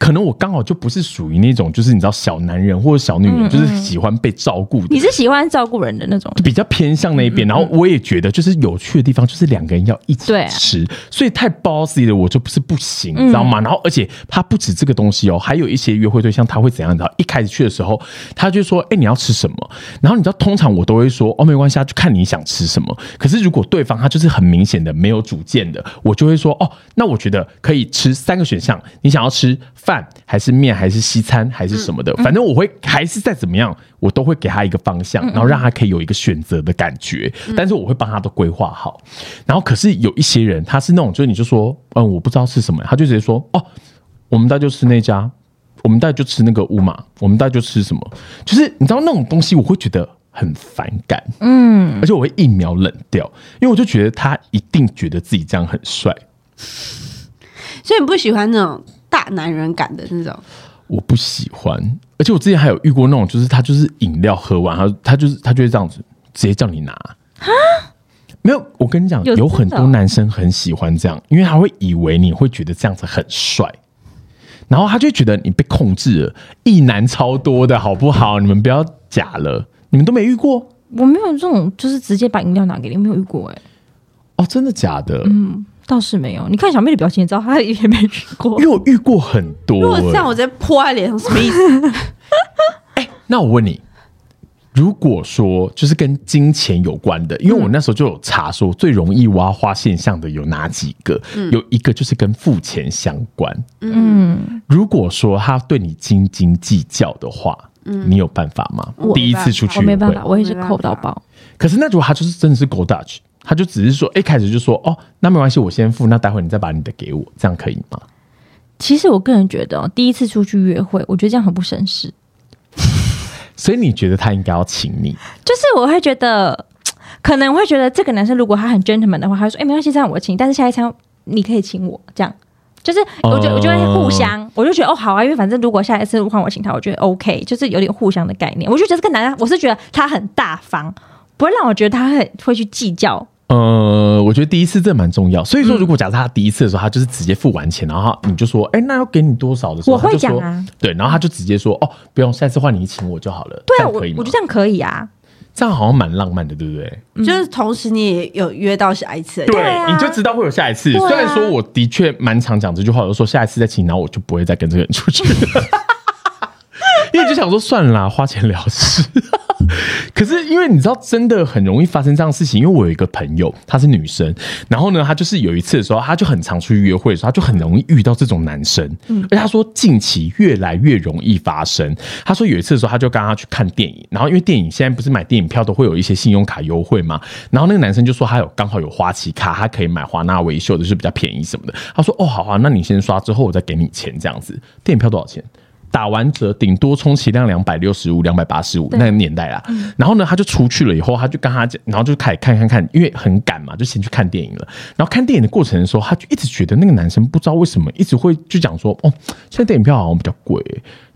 [SPEAKER 4] 可能我刚好就不是属于那种，就是你知道小男人或者小女人，就是喜欢被照顾的
[SPEAKER 3] 你，是喜欢照顾人的那种人，嗯
[SPEAKER 4] 比较偏向那一边。然后我也觉得，就是有趣的地方就是两个人要一起
[SPEAKER 3] 对啊嗯
[SPEAKER 4] 吃，所以太 bossy 的我就不是不行，你知道吗？然后而且他不止这个东西哦，还有一些约会对象他会怎样？你知道，一开始去的时候，他就说：“哎、你要吃什么？”然后你知道，通常我都会说：“哦，没关系啊，就看你想吃什么。”可是如果对方他就是很明显的没有主见的，我就会说：“哦，那我觉得可以吃三个选项，你想要吃饭还是面还是西餐还是什么的，反正我会还是再怎么样，我都会给他一个方向，然后让他可以有一个选择的感觉。但是我会帮他都规划好。然后可是有一些人，他是那种就是你就说，嗯，我不知道是什么，他就直接说，哦，我们大家就吃那家，我们大家就吃那个乌马，我们大家就吃什么，就是你知道那种东西，我会觉得很反感，嗯，而且我会一秒冷掉，因为我就觉得他一定觉得自己这样很帅。
[SPEAKER 2] (laughs) 所以你不喜欢那种大男人感的那种，
[SPEAKER 4] 我不喜欢。而且我之前还有遇过那种，就是他就是饮料喝完，他他就是他就会这样子直接叫你拿啊。没有，我跟你讲，
[SPEAKER 3] 有
[SPEAKER 4] 有很
[SPEAKER 3] 真的
[SPEAKER 4] 多
[SPEAKER 3] 哦
[SPEAKER 4] 男生很喜欢这样，因为他会以为你会觉得这样子很帅，然后他就觉得你被控制了，意男超多的好不好？你们不要假了，你们都没遇过
[SPEAKER 3] 我没有这种就是直接把饮料拿给你，没有遇过哎、
[SPEAKER 4] 哦？真的假的？
[SPEAKER 2] 嗯
[SPEAKER 3] 倒是没有。你看小妹的表情，你知道她也没遇过
[SPEAKER 4] 因为。我遇过很多、
[SPEAKER 2] 如果这
[SPEAKER 4] 欸
[SPEAKER 2] 样，我直接泼在脸上，什么意思？
[SPEAKER 4] 那我问你，如果说就是跟金钱有关的，因为
[SPEAKER 3] 嗯
[SPEAKER 4] 我那时候就有查说最容易挖花现象的有哪几个，
[SPEAKER 3] 嗯
[SPEAKER 4] 有一个就是跟付钱相关。嗯，如果说他对你斤斤计较的话，你有办法吗？
[SPEAKER 2] 我
[SPEAKER 4] 第一次出去
[SPEAKER 3] 嗯哦我没
[SPEAKER 4] 约
[SPEAKER 3] 办
[SPEAKER 4] 会，
[SPEAKER 3] 法，我也是扣到爆。
[SPEAKER 4] 可是那如果他就是真的是 go Dutch，他就只是说一开始就说哦，那没关系，我先付，那待会你再把你的给我，这样可以吗？
[SPEAKER 3] 其实我个人觉得、哦，第一次出去约会，我觉得这样很不绅士。
[SPEAKER 4] 所以你觉得他应该要请你？
[SPEAKER 3] 就是我会觉得，可能会觉得这个男生如果他很 gentleman 的话，他会说：“哎、没关系，这样我请你，但是下一餐你可以请我。”这样，就是我觉得、
[SPEAKER 4] 哦
[SPEAKER 3] 我觉得互相，我就觉得哦好啊，因为反正如果下一次换我请他，我觉得 OK，就是有点互相的概念。我就觉得这个男的，我是觉得他很大方，不会让我觉得他很会去计较。
[SPEAKER 4] 呃，我觉得第一次这蛮重要，所以说如果假设他第一次的时候，他就是直接付完钱，然后你就说，哎、那要给你多少的时候，
[SPEAKER 3] 我会
[SPEAKER 4] 他就说
[SPEAKER 3] 讲啊，
[SPEAKER 4] 对，然后他就直接说，哦，不用，下次换你请我就好了，
[SPEAKER 3] 对
[SPEAKER 4] 这
[SPEAKER 3] 啊，
[SPEAKER 4] 样
[SPEAKER 3] 我
[SPEAKER 4] 可以吗
[SPEAKER 3] 我觉得这样可以啊。
[SPEAKER 4] 这样好像蛮浪漫的，对不对？
[SPEAKER 2] 就是同时你也有约到下一次，
[SPEAKER 4] 嗯对，
[SPEAKER 3] 啊
[SPEAKER 4] 你就知道会有下一次。
[SPEAKER 3] 对啊
[SPEAKER 4] 虽然说我的确蛮常讲这句话，我就说下一次再请，然后我就不会再跟这个人出去了， (laughs) 因为就想说算了啦，花钱了事。可是因为你知道，真的很容易发生这样的事情。因为我有一个朋友，她是女生，然后呢，她就是有一次的时候，她就很常出去约会的时候，她就很容易遇到这种男生。而且她说近期越来越容易发生。她说有一次的时候，她就跟他去看电影，然后因为电影现在不是买电影票都会有一些信用卡优惠嘛，然后那个男生就说他有刚好有花旗卡，他可以买华纳维秀的，就是比较便宜什么的。他说哦，好啊，那你先刷，之后我再给你钱这样子。电影票多少钱？打完折顶多充其量两百六十五、两百八十五那个年代啦。然后呢，他就出去了以后，他就跟他讲，然后就开始看看看，因为很赶嘛，就先去看电影了。然后看电影的过程的时候，他就一直觉得那个男生不知道为什么一直会就讲说，哦，现在电影票好像比较贵、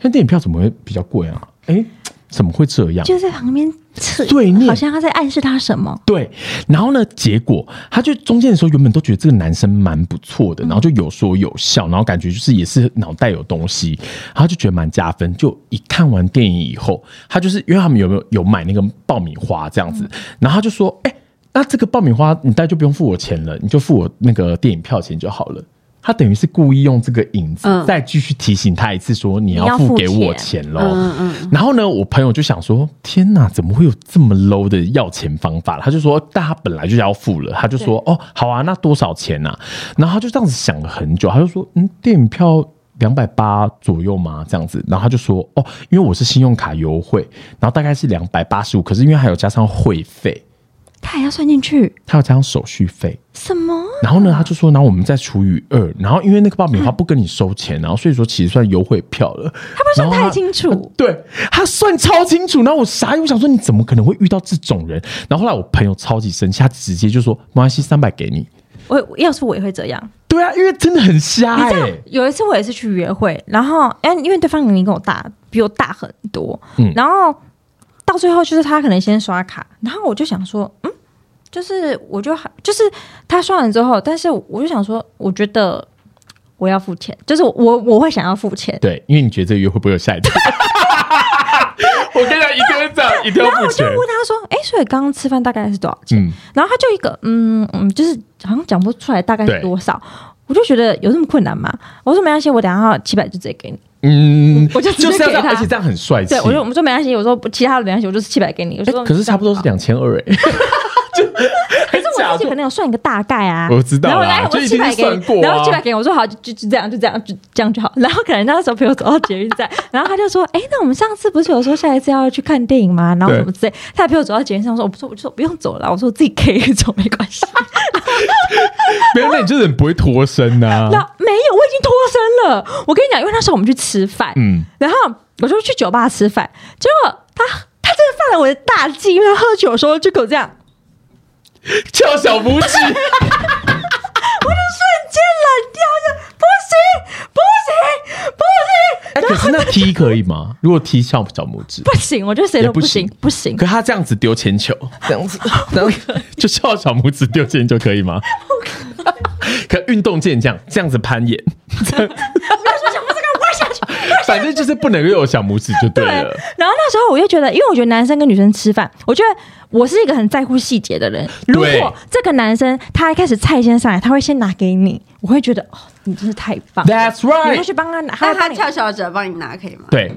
[SPEAKER 4] 现在电影票怎么会比较贵啊？哎、怎么会这样？
[SPEAKER 3] 就在旁边扯，
[SPEAKER 4] 对念
[SPEAKER 3] 好像他在暗示他什么。
[SPEAKER 4] 对，然后呢，结果他就中间的时候，原本都觉得这个男生蛮不错的，然后就有说有笑，然后感觉就是也是脑袋有东西，然后就觉得蛮加分。就一看完电影以后，他就是因为他们有没有有买那个爆米花这样子，然后他就说：“哎、那这个爆米花你大概就不用付我钱了，你就付我那个电影票钱就好了。”他等于是故意用这个影子，
[SPEAKER 2] 嗯
[SPEAKER 4] 再继续提醒他一次，说你
[SPEAKER 3] 你
[SPEAKER 4] 要
[SPEAKER 3] 要
[SPEAKER 4] 付
[SPEAKER 3] 付
[SPEAKER 4] 给我
[SPEAKER 3] 钱
[SPEAKER 4] 钱喽。然后呢，我朋友就想说：“天哪，怎么会有这么 low 的要钱方法？”他就说：“但他本来就要付了。”他就说：“哦，好啊，那多少钱啊？”然后他就这样子想了很久，他就说：“嗯，电影票。”两百八左右嘛，这样子，然后他就说哦，因为我是信用卡优惠，然后大概是两百八十五，可是因为还有加上会费，
[SPEAKER 3] 他还要算进去
[SPEAKER 4] 还有加上手续费，
[SPEAKER 3] 什么？
[SPEAKER 4] 然后呢，他就说，然后我们再除以二，然后因为那个爆米花不跟你收钱，然后所以说其实算优惠票了。他呃
[SPEAKER 3] 不算太清楚
[SPEAKER 4] 对他算超清楚。然后我傻眼，我想说你怎么可能会遇到这种人？然后后来我朋友超级生气，他直接就说没关系，三百给你。
[SPEAKER 3] 我我要是我也会这样。
[SPEAKER 4] 对啊，因为真的很瞎
[SPEAKER 3] 你
[SPEAKER 4] 哎、
[SPEAKER 3] 知道有一次我也是去约会，然后哎，因为对方年龄跟我大，比我大很多，
[SPEAKER 4] 嗯
[SPEAKER 3] 然后到最后就是他可能先刷卡，然后我就想说，嗯，就是我就还就是他刷完之后，但是我就想说，我觉得我要付钱，就是我我会想要付钱，
[SPEAKER 4] 对，因为你觉得这个约会不会有下一次？我跟你讲，一定会这样，一定要
[SPEAKER 3] 然后
[SPEAKER 4] 付
[SPEAKER 3] 我
[SPEAKER 4] (laughs)
[SPEAKER 3] 就
[SPEAKER 4] 钱。
[SPEAKER 3] 问他说，哎，所以刚刚吃饭大概是多少钱？
[SPEAKER 4] 嗯，
[SPEAKER 3] 然后他就一个嗯嗯，就是好像讲不出来大概
[SPEAKER 4] 对
[SPEAKER 3] 是多少。我就觉得有这么困难吗？我说没关系，我等一下七百就直接给你。
[SPEAKER 4] 嗯，
[SPEAKER 3] 我就直接
[SPEAKER 4] 是要这
[SPEAKER 3] 给
[SPEAKER 4] 样，
[SPEAKER 3] 他
[SPEAKER 4] 而且这样很帅气。
[SPEAKER 3] 对，我就我们说没关系，我说其他的没关系，我就是七百给你。我
[SPEAKER 4] 哎、
[SPEAKER 3] 说、
[SPEAKER 4] 可是差不多是两千
[SPEAKER 3] (laughs)
[SPEAKER 4] 二哎。可 (laughs) 是
[SPEAKER 3] 我哦自己可能有算一个大概啊，
[SPEAKER 4] (laughs) 我知道啦
[SPEAKER 3] 然后来
[SPEAKER 4] 就
[SPEAKER 3] 我
[SPEAKER 4] 已
[SPEAKER 3] 七
[SPEAKER 4] 经
[SPEAKER 3] 百给
[SPEAKER 4] 算过啊
[SPEAKER 3] 你，然后七百给你，我说好，哦就就就这样，就这样，就这样就好。然后可能那时候陪我走到捷运站，然后他就说，哎，那我们上次不是有说下一次要去看电影吗？然后
[SPEAKER 4] 对
[SPEAKER 3] 什么之类，他还陪我走到捷运上，我说我不说，我就说不用走了，我说我自己可以走，没关
[SPEAKER 4] (laughs)
[SPEAKER 3] 系。
[SPEAKER 4] 啊没有，那你就是很不会脱身啊呐、
[SPEAKER 3] 那没有，我已经脱身了。我跟你讲，因为那时候我们去吃饭，
[SPEAKER 4] 嗯，
[SPEAKER 3] 然后我就去酒吧吃饭，结果他他真的犯了我的大忌，因为他喝酒的时候就给我这样。
[SPEAKER 4] 翘小拇指，
[SPEAKER 3] 瞬间冷掉，就不行，不行，不行，
[SPEAKER 4] 哎、 (laughs) 可是那踢可以吗？如果踢翘小拇指，
[SPEAKER 3] 不行！我觉得谁
[SPEAKER 4] 也
[SPEAKER 3] 都
[SPEAKER 4] 不
[SPEAKER 3] 不
[SPEAKER 4] 行
[SPEAKER 3] 行，不行，
[SPEAKER 4] 可他这样子丢铅球，这样子，然后 (laughs) 就翘小拇指丢铅球可以 (laughs) 吗？可运动健将这样子攀岩，
[SPEAKER 3] 不要说想不这个，我不下去。
[SPEAKER 4] 反正就是不能有小拇指就 (laughs) 对啊
[SPEAKER 3] 对，
[SPEAKER 4] 了。
[SPEAKER 3] 然后那时候我就觉得，因为我觉得男生跟女生吃饭，我觉得我是一个很在乎细节的人。如
[SPEAKER 4] 对
[SPEAKER 3] 果这个男生他一开始菜先上来，他会先拿给你，我会觉得哦，你真是太棒了
[SPEAKER 4] That's right
[SPEAKER 3] 你会去帮他拿，
[SPEAKER 2] 那
[SPEAKER 3] 会帮
[SPEAKER 2] 他
[SPEAKER 3] 你
[SPEAKER 2] 跳小姐帮你拿可以吗？
[SPEAKER 4] 对，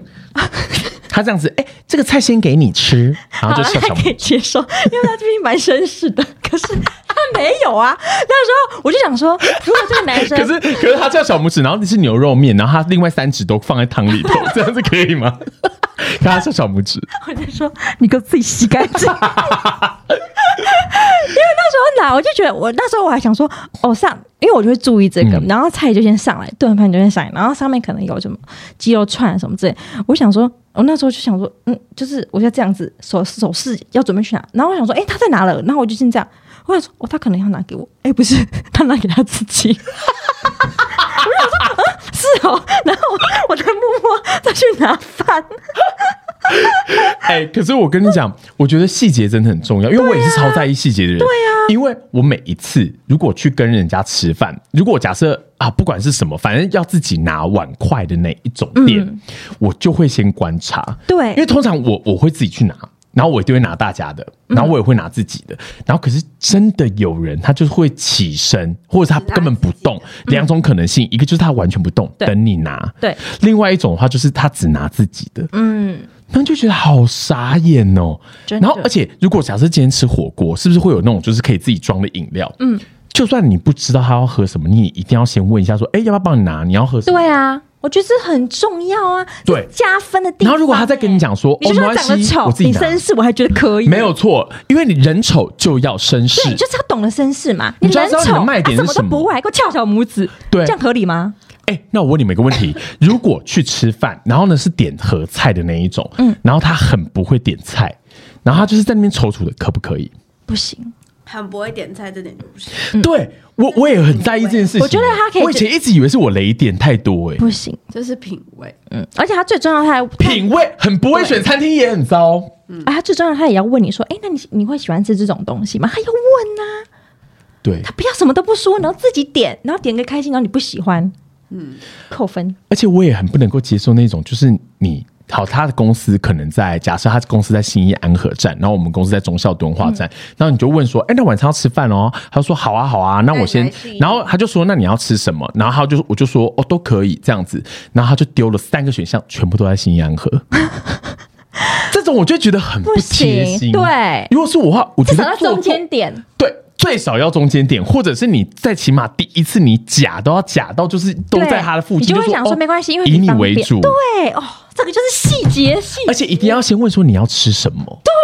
[SPEAKER 4] 他这样子，哎、这个菜先给你吃，然后
[SPEAKER 3] 好
[SPEAKER 4] 就
[SPEAKER 3] 了，
[SPEAKER 4] 翘
[SPEAKER 3] 他
[SPEAKER 4] 小拇
[SPEAKER 3] 可以
[SPEAKER 4] 指。
[SPEAKER 3] 接受， (laughs) 因为他这边蛮绅士的。可是他没有啊。那时候我就想说，如果这个男
[SPEAKER 4] (laughs)
[SPEAKER 3] 生
[SPEAKER 4] 可是可是他翘小拇指，然后是牛肉面，然后他另外三指都放在汤里 (laughs) 头，这样子可以吗？可他翘小拇指，
[SPEAKER 3] (laughs) 我就说你给我自己洗干净。因 (laughs) 为那时候拿，我就觉得我那时候我还想说，哦上，因为我就会注意这个，
[SPEAKER 4] 嗯
[SPEAKER 3] 然后菜就先上来，炖饭就先上来，然后上面可能有什么鸡肉串什么之类，我想说。我那时候就想说，嗯，就是我就这样子手手势要准备去拿，然后我想说，哎、他在哪了？然后我就先这样，我想说，哦，他可能要拿给我，哎、不是，他拿给他自己。我就想说，嗯，是哦，然后我在默默再去拿饭。
[SPEAKER 4] (laughs) 哎、可是我跟你讲，我觉得细节真的很重要，因为我也是超在意细节的人。对呀、因为我每一次如果去跟人家吃饭，如果假设啊，不管是什么，反正要自己拿碗筷的那一种店，我就会先观察。
[SPEAKER 3] 对
[SPEAKER 4] 因为通常我我会自己去拿。然后我一定会拿大家的，然后我也会拿自己的。然后可是真的有人，他就是会起身，或者他根本不动。两种可能性，一个就是他完全不动，
[SPEAKER 3] 对
[SPEAKER 4] 等你拿；
[SPEAKER 3] 对，
[SPEAKER 4] 另外一种的话就是他只拿自己的。
[SPEAKER 3] 嗯，
[SPEAKER 4] 那就觉得好傻眼哦。
[SPEAKER 3] 真
[SPEAKER 4] 然
[SPEAKER 3] 的
[SPEAKER 4] 后，而且如果假设今天吃火锅，是不是会有那种就是可以自己装的饮料？嗯，就算你不知道他要喝什么，你也一定要先问一下说，哎、要不要帮你拿？你要喝什么？
[SPEAKER 3] 对啊，我觉得这很重要啊，
[SPEAKER 4] 对
[SPEAKER 3] 这加分的地方。欸
[SPEAKER 4] 然后如果他再跟你，讲说，
[SPEAKER 3] 你
[SPEAKER 4] 哦，没
[SPEAKER 3] 就算
[SPEAKER 4] 关
[SPEAKER 3] 长得
[SPEAKER 4] 系，
[SPEAKER 3] 丑
[SPEAKER 4] 我，自己
[SPEAKER 3] 你
[SPEAKER 4] 拿
[SPEAKER 3] 绅士，我还觉得可以。
[SPEAKER 4] 没有错，因为你人丑就要绅士
[SPEAKER 3] 对，你。就是要懂得绅士嘛。
[SPEAKER 4] 你就要
[SPEAKER 3] 人
[SPEAKER 4] 知道你的
[SPEAKER 3] 丑，
[SPEAKER 4] 卖点
[SPEAKER 3] 啊
[SPEAKER 4] 是
[SPEAKER 3] 什
[SPEAKER 4] 什么
[SPEAKER 3] 么都不会，还给我翘小拇指，
[SPEAKER 4] 对
[SPEAKER 3] 这样合理吗？
[SPEAKER 4] 哎、那我问你们一个问
[SPEAKER 3] (laughs)
[SPEAKER 4] 题：如果去吃饭，然后呢是点合菜的那一种，嗯，然后他很不会点菜，然后他就是在那边踌躇的，可不可以？
[SPEAKER 3] 不行，
[SPEAKER 2] 很不会点菜，这点就不行。
[SPEAKER 4] 对我我也很在意这件事情。
[SPEAKER 3] 嗯我觉得他可以
[SPEAKER 4] 我以前一直以为是我雷点太多、哎，
[SPEAKER 3] 不行，
[SPEAKER 2] 这是品味，
[SPEAKER 3] 嗯，而且他最重要，他还
[SPEAKER 4] 品味很不会选餐厅也很糟。
[SPEAKER 3] 啊，他最重要，他也要问你说，哎、那你你会喜欢吃这种东西吗？他要问呐、
[SPEAKER 4] 对，
[SPEAKER 3] 他不要什么都不说，然后自己点，然后点个开心，然后你不喜欢，嗯，扣分。
[SPEAKER 4] 而且我也很不能够接受那种，就是你好，他的公司可能在假设他的公司在新义安和站，然后我们公司在忠孝敦化
[SPEAKER 3] 嗯
[SPEAKER 4] 站，然后你就问说，哎、那晚上要吃饭哦？他说好啊，好啊，那我先
[SPEAKER 2] 那你来试一，
[SPEAKER 4] 然后他就说那你要吃什么？然后他就我就说哦都可以这样子，然后他就丢了三个选项，全部都在新义
[SPEAKER 3] (laughs)
[SPEAKER 4] 安和。这种我就觉得很
[SPEAKER 3] 不
[SPEAKER 4] 贴
[SPEAKER 3] 行
[SPEAKER 4] 心，
[SPEAKER 3] 对
[SPEAKER 4] 如果是我的话，我觉
[SPEAKER 3] 至
[SPEAKER 4] 得
[SPEAKER 3] 少要
[SPEAKER 4] 做
[SPEAKER 3] 中间点，
[SPEAKER 4] 对，最少要中间点，或者是你再起码第一次你假都要假到就是都在他的附近，
[SPEAKER 3] 对你就会
[SPEAKER 4] 是
[SPEAKER 3] 想说
[SPEAKER 4] 哦
[SPEAKER 3] 没关系因为
[SPEAKER 4] 以
[SPEAKER 3] 你
[SPEAKER 4] 你
[SPEAKER 3] 方
[SPEAKER 4] 为
[SPEAKER 3] 便
[SPEAKER 4] 主，
[SPEAKER 3] 对哦，这个就是细节细
[SPEAKER 4] 而且一定要先问说你要吃什么，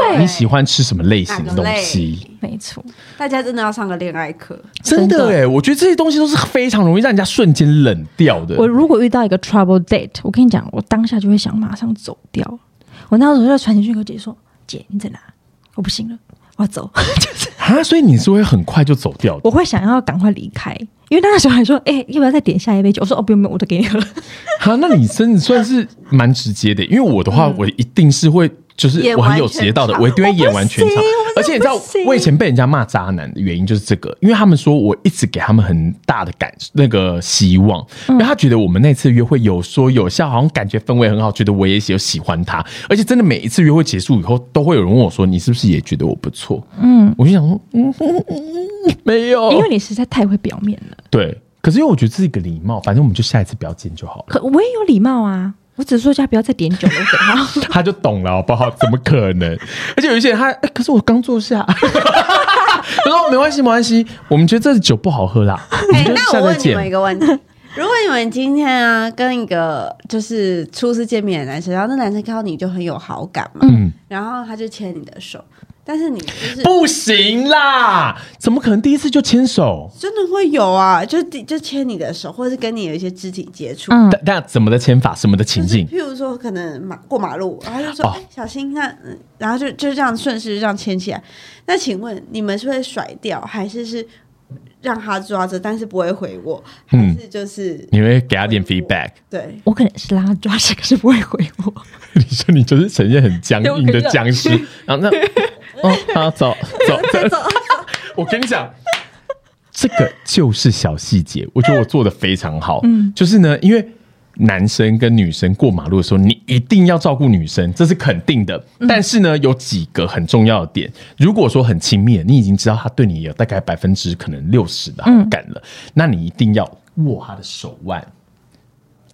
[SPEAKER 4] 对，你喜欢吃什么类型的东西。
[SPEAKER 3] 没错，
[SPEAKER 2] 大家真的要上个恋爱课。
[SPEAKER 4] 真的
[SPEAKER 3] 真的
[SPEAKER 4] 哎、我觉得这些东西都是非常容易让人家瞬间冷掉的。
[SPEAKER 3] 我如果遇到一个 trouble date，我跟你讲，我当下就会想马上走掉。我那时候就传简讯给我姐说：“姐，你在哪？我不行了，我要走。” (laughs) 就是
[SPEAKER 4] 啊，所以你是会很快就走掉的。
[SPEAKER 3] 我会想要赶快离开，因为那个时候还说：“哎、要不要再点下一杯酒？”我说：“哦，不用不用，我都给你喝。
[SPEAKER 4] 哈，那你真的算是蛮直接的，因为我的话，
[SPEAKER 3] 嗯
[SPEAKER 4] 我一定是会。就是
[SPEAKER 2] 演
[SPEAKER 4] 我很
[SPEAKER 2] 完
[SPEAKER 4] 有
[SPEAKER 2] 全
[SPEAKER 4] 节道的，
[SPEAKER 2] 场
[SPEAKER 4] 我一定会演完全
[SPEAKER 3] 我
[SPEAKER 4] 场
[SPEAKER 3] 不行我真。的
[SPEAKER 4] 而且你知道
[SPEAKER 3] 不行，
[SPEAKER 4] 我以前被人家骂渣男的原因就是这个，因为他们说我一直给他们很大的感那个希望，
[SPEAKER 3] 嗯
[SPEAKER 4] 因为他觉得我们那次约会有说有笑，好像感觉氛围很好，觉得我也有喜欢他。而且真的每一次约会结束以后，都会有人问我说：“你是不是也觉得我不错？”嗯，我就想说，嗯，嗯嗯嗯没有，
[SPEAKER 3] 因为你实在太会表面了。
[SPEAKER 4] 对。可是因为我觉得这是一个礼貌，反正我们就下一次不要见就好了。
[SPEAKER 3] 可我也有礼貌啊，我只是说叫他不要再点酒了，
[SPEAKER 4] (laughs)
[SPEAKER 3] 我给他。
[SPEAKER 4] 他就懂了，好不好？怎么可能？ (laughs) 而且有一些人他，哎可是我刚坐 (laughs) 下，他说哦没关系，没关系，我们觉得这酒不好
[SPEAKER 2] (laughs)
[SPEAKER 4] 喝啦，我们
[SPEAKER 2] 哎、
[SPEAKER 4] 就
[SPEAKER 2] 那
[SPEAKER 4] (laughs) 下
[SPEAKER 2] 我
[SPEAKER 4] 次
[SPEAKER 2] 问你们一
[SPEAKER 4] 见。
[SPEAKER 2] 个问题：如果你们今天啊跟一个就是初次见面的男生，然后那男生看到你就很有好感嘛，
[SPEAKER 4] 嗯
[SPEAKER 2] 然后他就牵你的手，但是你就是
[SPEAKER 4] 不行啦，怎么可能第一次就牵手？
[SPEAKER 2] 真的会有啊，就就牵你的手，或者是跟你有一些肢体接触。
[SPEAKER 3] 嗯，
[SPEAKER 4] 但但怎么的牵法，什么的情
[SPEAKER 2] 就是
[SPEAKER 4] 境？
[SPEAKER 2] 譬如说，可能马过马路，然后就说：“
[SPEAKER 4] 哦
[SPEAKER 2] 哎、小心！”那嗯然后就就这样顺势就这样牵起来。那请问你们是会甩掉，还是是让他抓着，但是不会回我，还
[SPEAKER 4] 嗯
[SPEAKER 2] 是就是、
[SPEAKER 4] 你会给他点 feedback？
[SPEAKER 2] 对？
[SPEAKER 3] 我可能是拉抓谁，可是不会回我。
[SPEAKER 4] (laughs) 你说你就是呈现很僵硬的僵尸，
[SPEAKER 2] (laughs)
[SPEAKER 4] 然后那哦，好走走走， (laughs) 我跟你讲。这个就是小细节，我觉得我做的非常好。嗯，就是呢，因为男生跟女生过马路的时候，你一定要照顾女生，这是肯定的。但是呢，有几个很重要的点，如果说很亲密的，你已经知道他对你有大概百分之可能六十的好感了，那你一定要握他的手腕，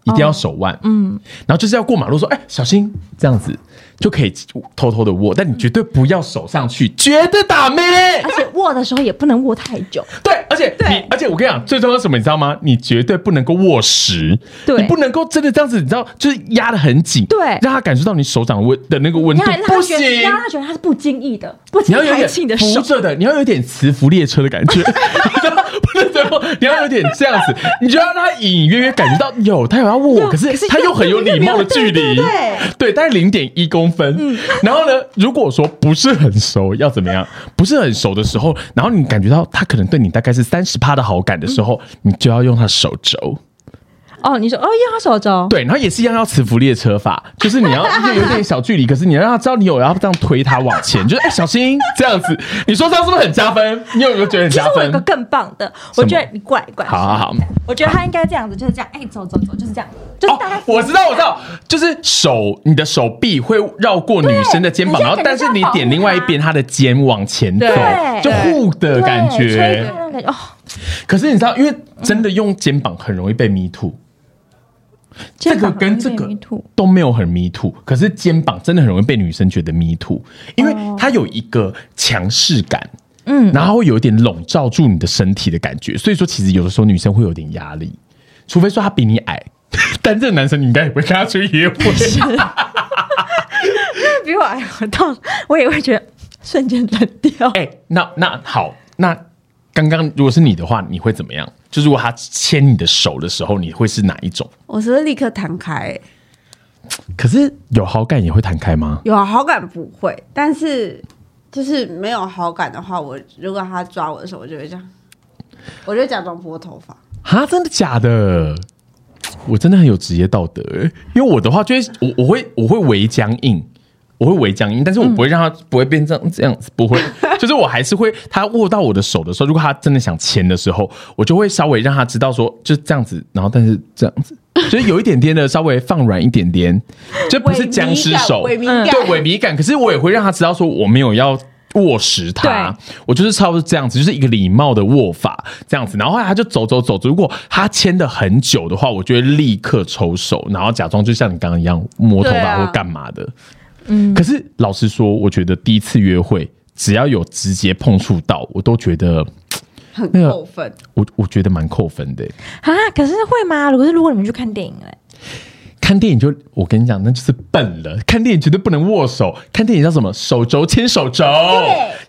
[SPEAKER 4] 一定要手腕，嗯，然后就是要过马路说，哎、小心这样子就可以偷偷的握，但你绝对不要手上去，绝对打妹。
[SPEAKER 3] 而且握的时候也不能握太久，
[SPEAKER 4] 对，而且你，而且我跟你讲，最重要是什么，你知道吗？你绝对不能够握实，
[SPEAKER 3] 对
[SPEAKER 4] 你不能够真的这样子，你知道，就是压的很紧，
[SPEAKER 3] 对
[SPEAKER 4] 让他感受到你手掌温的那个温
[SPEAKER 3] 你
[SPEAKER 4] 度
[SPEAKER 3] 要让，
[SPEAKER 4] 不
[SPEAKER 3] 他
[SPEAKER 4] 行
[SPEAKER 3] 觉。得，你要让他觉得他是不经意的，不
[SPEAKER 4] 你
[SPEAKER 3] 经
[SPEAKER 4] 要
[SPEAKER 3] 意
[SPEAKER 4] 有
[SPEAKER 3] 抬
[SPEAKER 4] 点
[SPEAKER 3] 起你的
[SPEAKER 4] 扶
[SPEAKER 3] 手，
[SPEAKER 4] 着的，你要有点磁浮列车的感
[SPEAKER 3] (laughs)
[SPEAKER 4] 觉，不能最后你要有点这样子，你就让他隐隐约约感觉到有他有要握我，
[SPEAKER 3] 有
[SPEAKER 4] 可是
[SPEAKER 3] 可是
[SPEAKER 4] 他又
[SPEAKER 3] 又
[SPEAKER 4] 很有礼貌的距离，
[SPEAKER 3] 对对对嗯
[SPEAKER 4] 对，大概零点一公分。然后呢，如果说不是很熟，要怎么样？不是很熟的时候，然后你感觉到他可能对你大概是三十趴的好感的时候，你就要用他手肘。
[SPEAKER 3] 哦，你说哦，用他手肘，
[SPEAKER 4] 对，然后也是一样要磁浮列车法，就是你要就有点小距离，可是你要让他知道你有要这样推他往前，就是哎、小心这样子。你说这样是不是很加分？你有没有觉得很
[SPEAKER 3] 其实
[SPEAKER 4] 加
[SPEAKER 3] 我
[SPEAKER 4] 分
[SPEAKER 3] 有个？更棒的，我觉得你过来过来，
[SPEAKER 4] 好好好。
[SPEAKER 3] 我觉得他应该这样子，就是这样，哎，走走走，就是这样，就
[SPEAKER 4] (laughs)
[SPEAKER 3] 是
[SPEAKER 4] 哦
[SPEAKER 3] 大概，
[SPEAKER 4] 我知道，我知道，就是手，你的手臂会绕过女生的肩膀，
[SPEAKER 3] 你
[SPEAKER 4] 然
[SPEAKER 3] 现
[SPEAKER 4] 后
[SPEAKER 3] 在
[SPEAKER 4] 但是你点另外一边，她的肩往前走，
[SPEAKER 3] 对
[SPEAKER 4] 就护的
[SPEAKER 3] 对
[SPEAKER 4] 感
[SPEAKER 3] 吹
[SPEAKER 4] 觉
[SPEAKER 3] 动。那种感觉哦，
[SPEAKER 4] 可是你知道，因为真的用肩膀很容易被迷吐，这
[SPEAKER 3] 肩
[SPEAKER 4] 个
[SPEAKER 3] 膀
[SPEAKER 4] 跟这
[SPEAKER 3] 容易被
[SPEAKER 4] 个
[SPEAKER 3] 迷吐
[SPEAKER 4] 都没有很迷吐，可是肩膀真的很容易被女生觉得迷吐，因为
[SPEAKER 3] 哦
[SPEAKER 4] 它有一个强势感，嗯，然后会有一点笼罩住你的身体的感觉，所以说其实有的时候女生会有点压力，除非说她比你矮， (laughs) 但这个男生你应该也不会
[SPEAKER 3] (laughs)
[SPEAKER 4] 跟他去约会，
[SPEAKER 3] 比我矮，我到我也会觉得瞬间冷掉。
[SPEAKER 4] 哎哎、那那好，那刚刚如果是你的话，你会怎么样？就是如果他牵你的手的时候，你会是哪一种？
[SPEAKER 2] 我是会立刻弹开、欸
[SPEAKER 4] 可是有好感也会弹开吗？
[SPEAKER 2] 有好感不会，但是就是没有好感的话，我如果他抓我的时候，我就会这样，我就会假装拨头发。
[SPEAKER 4] 哈，真的假的？我真的很有职业道德欸、因为我的话就会，我我会我会围僵硬，我会围僵硬，但是我不会让他不会变这样这样子，不会，就是我还是会他握到我的手的时候，如果他真的想牵的时候，我就会稍微让他知道说就是这样子，然后但是这样子，就是有一点点的稍微放软一点点，就不是僵尸手，
[SPEAKER 2] 萎靡感
[SPEAKER 4] 对萎靡感，可是我也会让他知道说我没有要握实他，我就是差不多这样子，就是一个礼貌的握法这样子。然后后来他就走走走，如果他牵的很久的话，我就会立刻抽手，然后假装就像你刚刚一样摸头
[SPEAKER 2] 对
[SPEAKER 4] 发
[SPEAKER 2] 啊
[SPEAKER 4] 或干嘛的。嗯，可是老实说，我觉得第一次约会只要有直接碰触到，我都觉得
[SPEAKER 2] 很
[SPEAKER 4] 那个
[SPEAKER 2] 扣分，
[SPEAKER 4] 我我觉得蛮扣分的欸、
[SPEAKER 3] 啊，可是会吗？如果是如果你们去看电影哎嘞，
[SPEAKER 4] 看电影就我跟你讲，那就是笨了。看电影绝对不能握手，看电影叫什么？手肘牵手肘，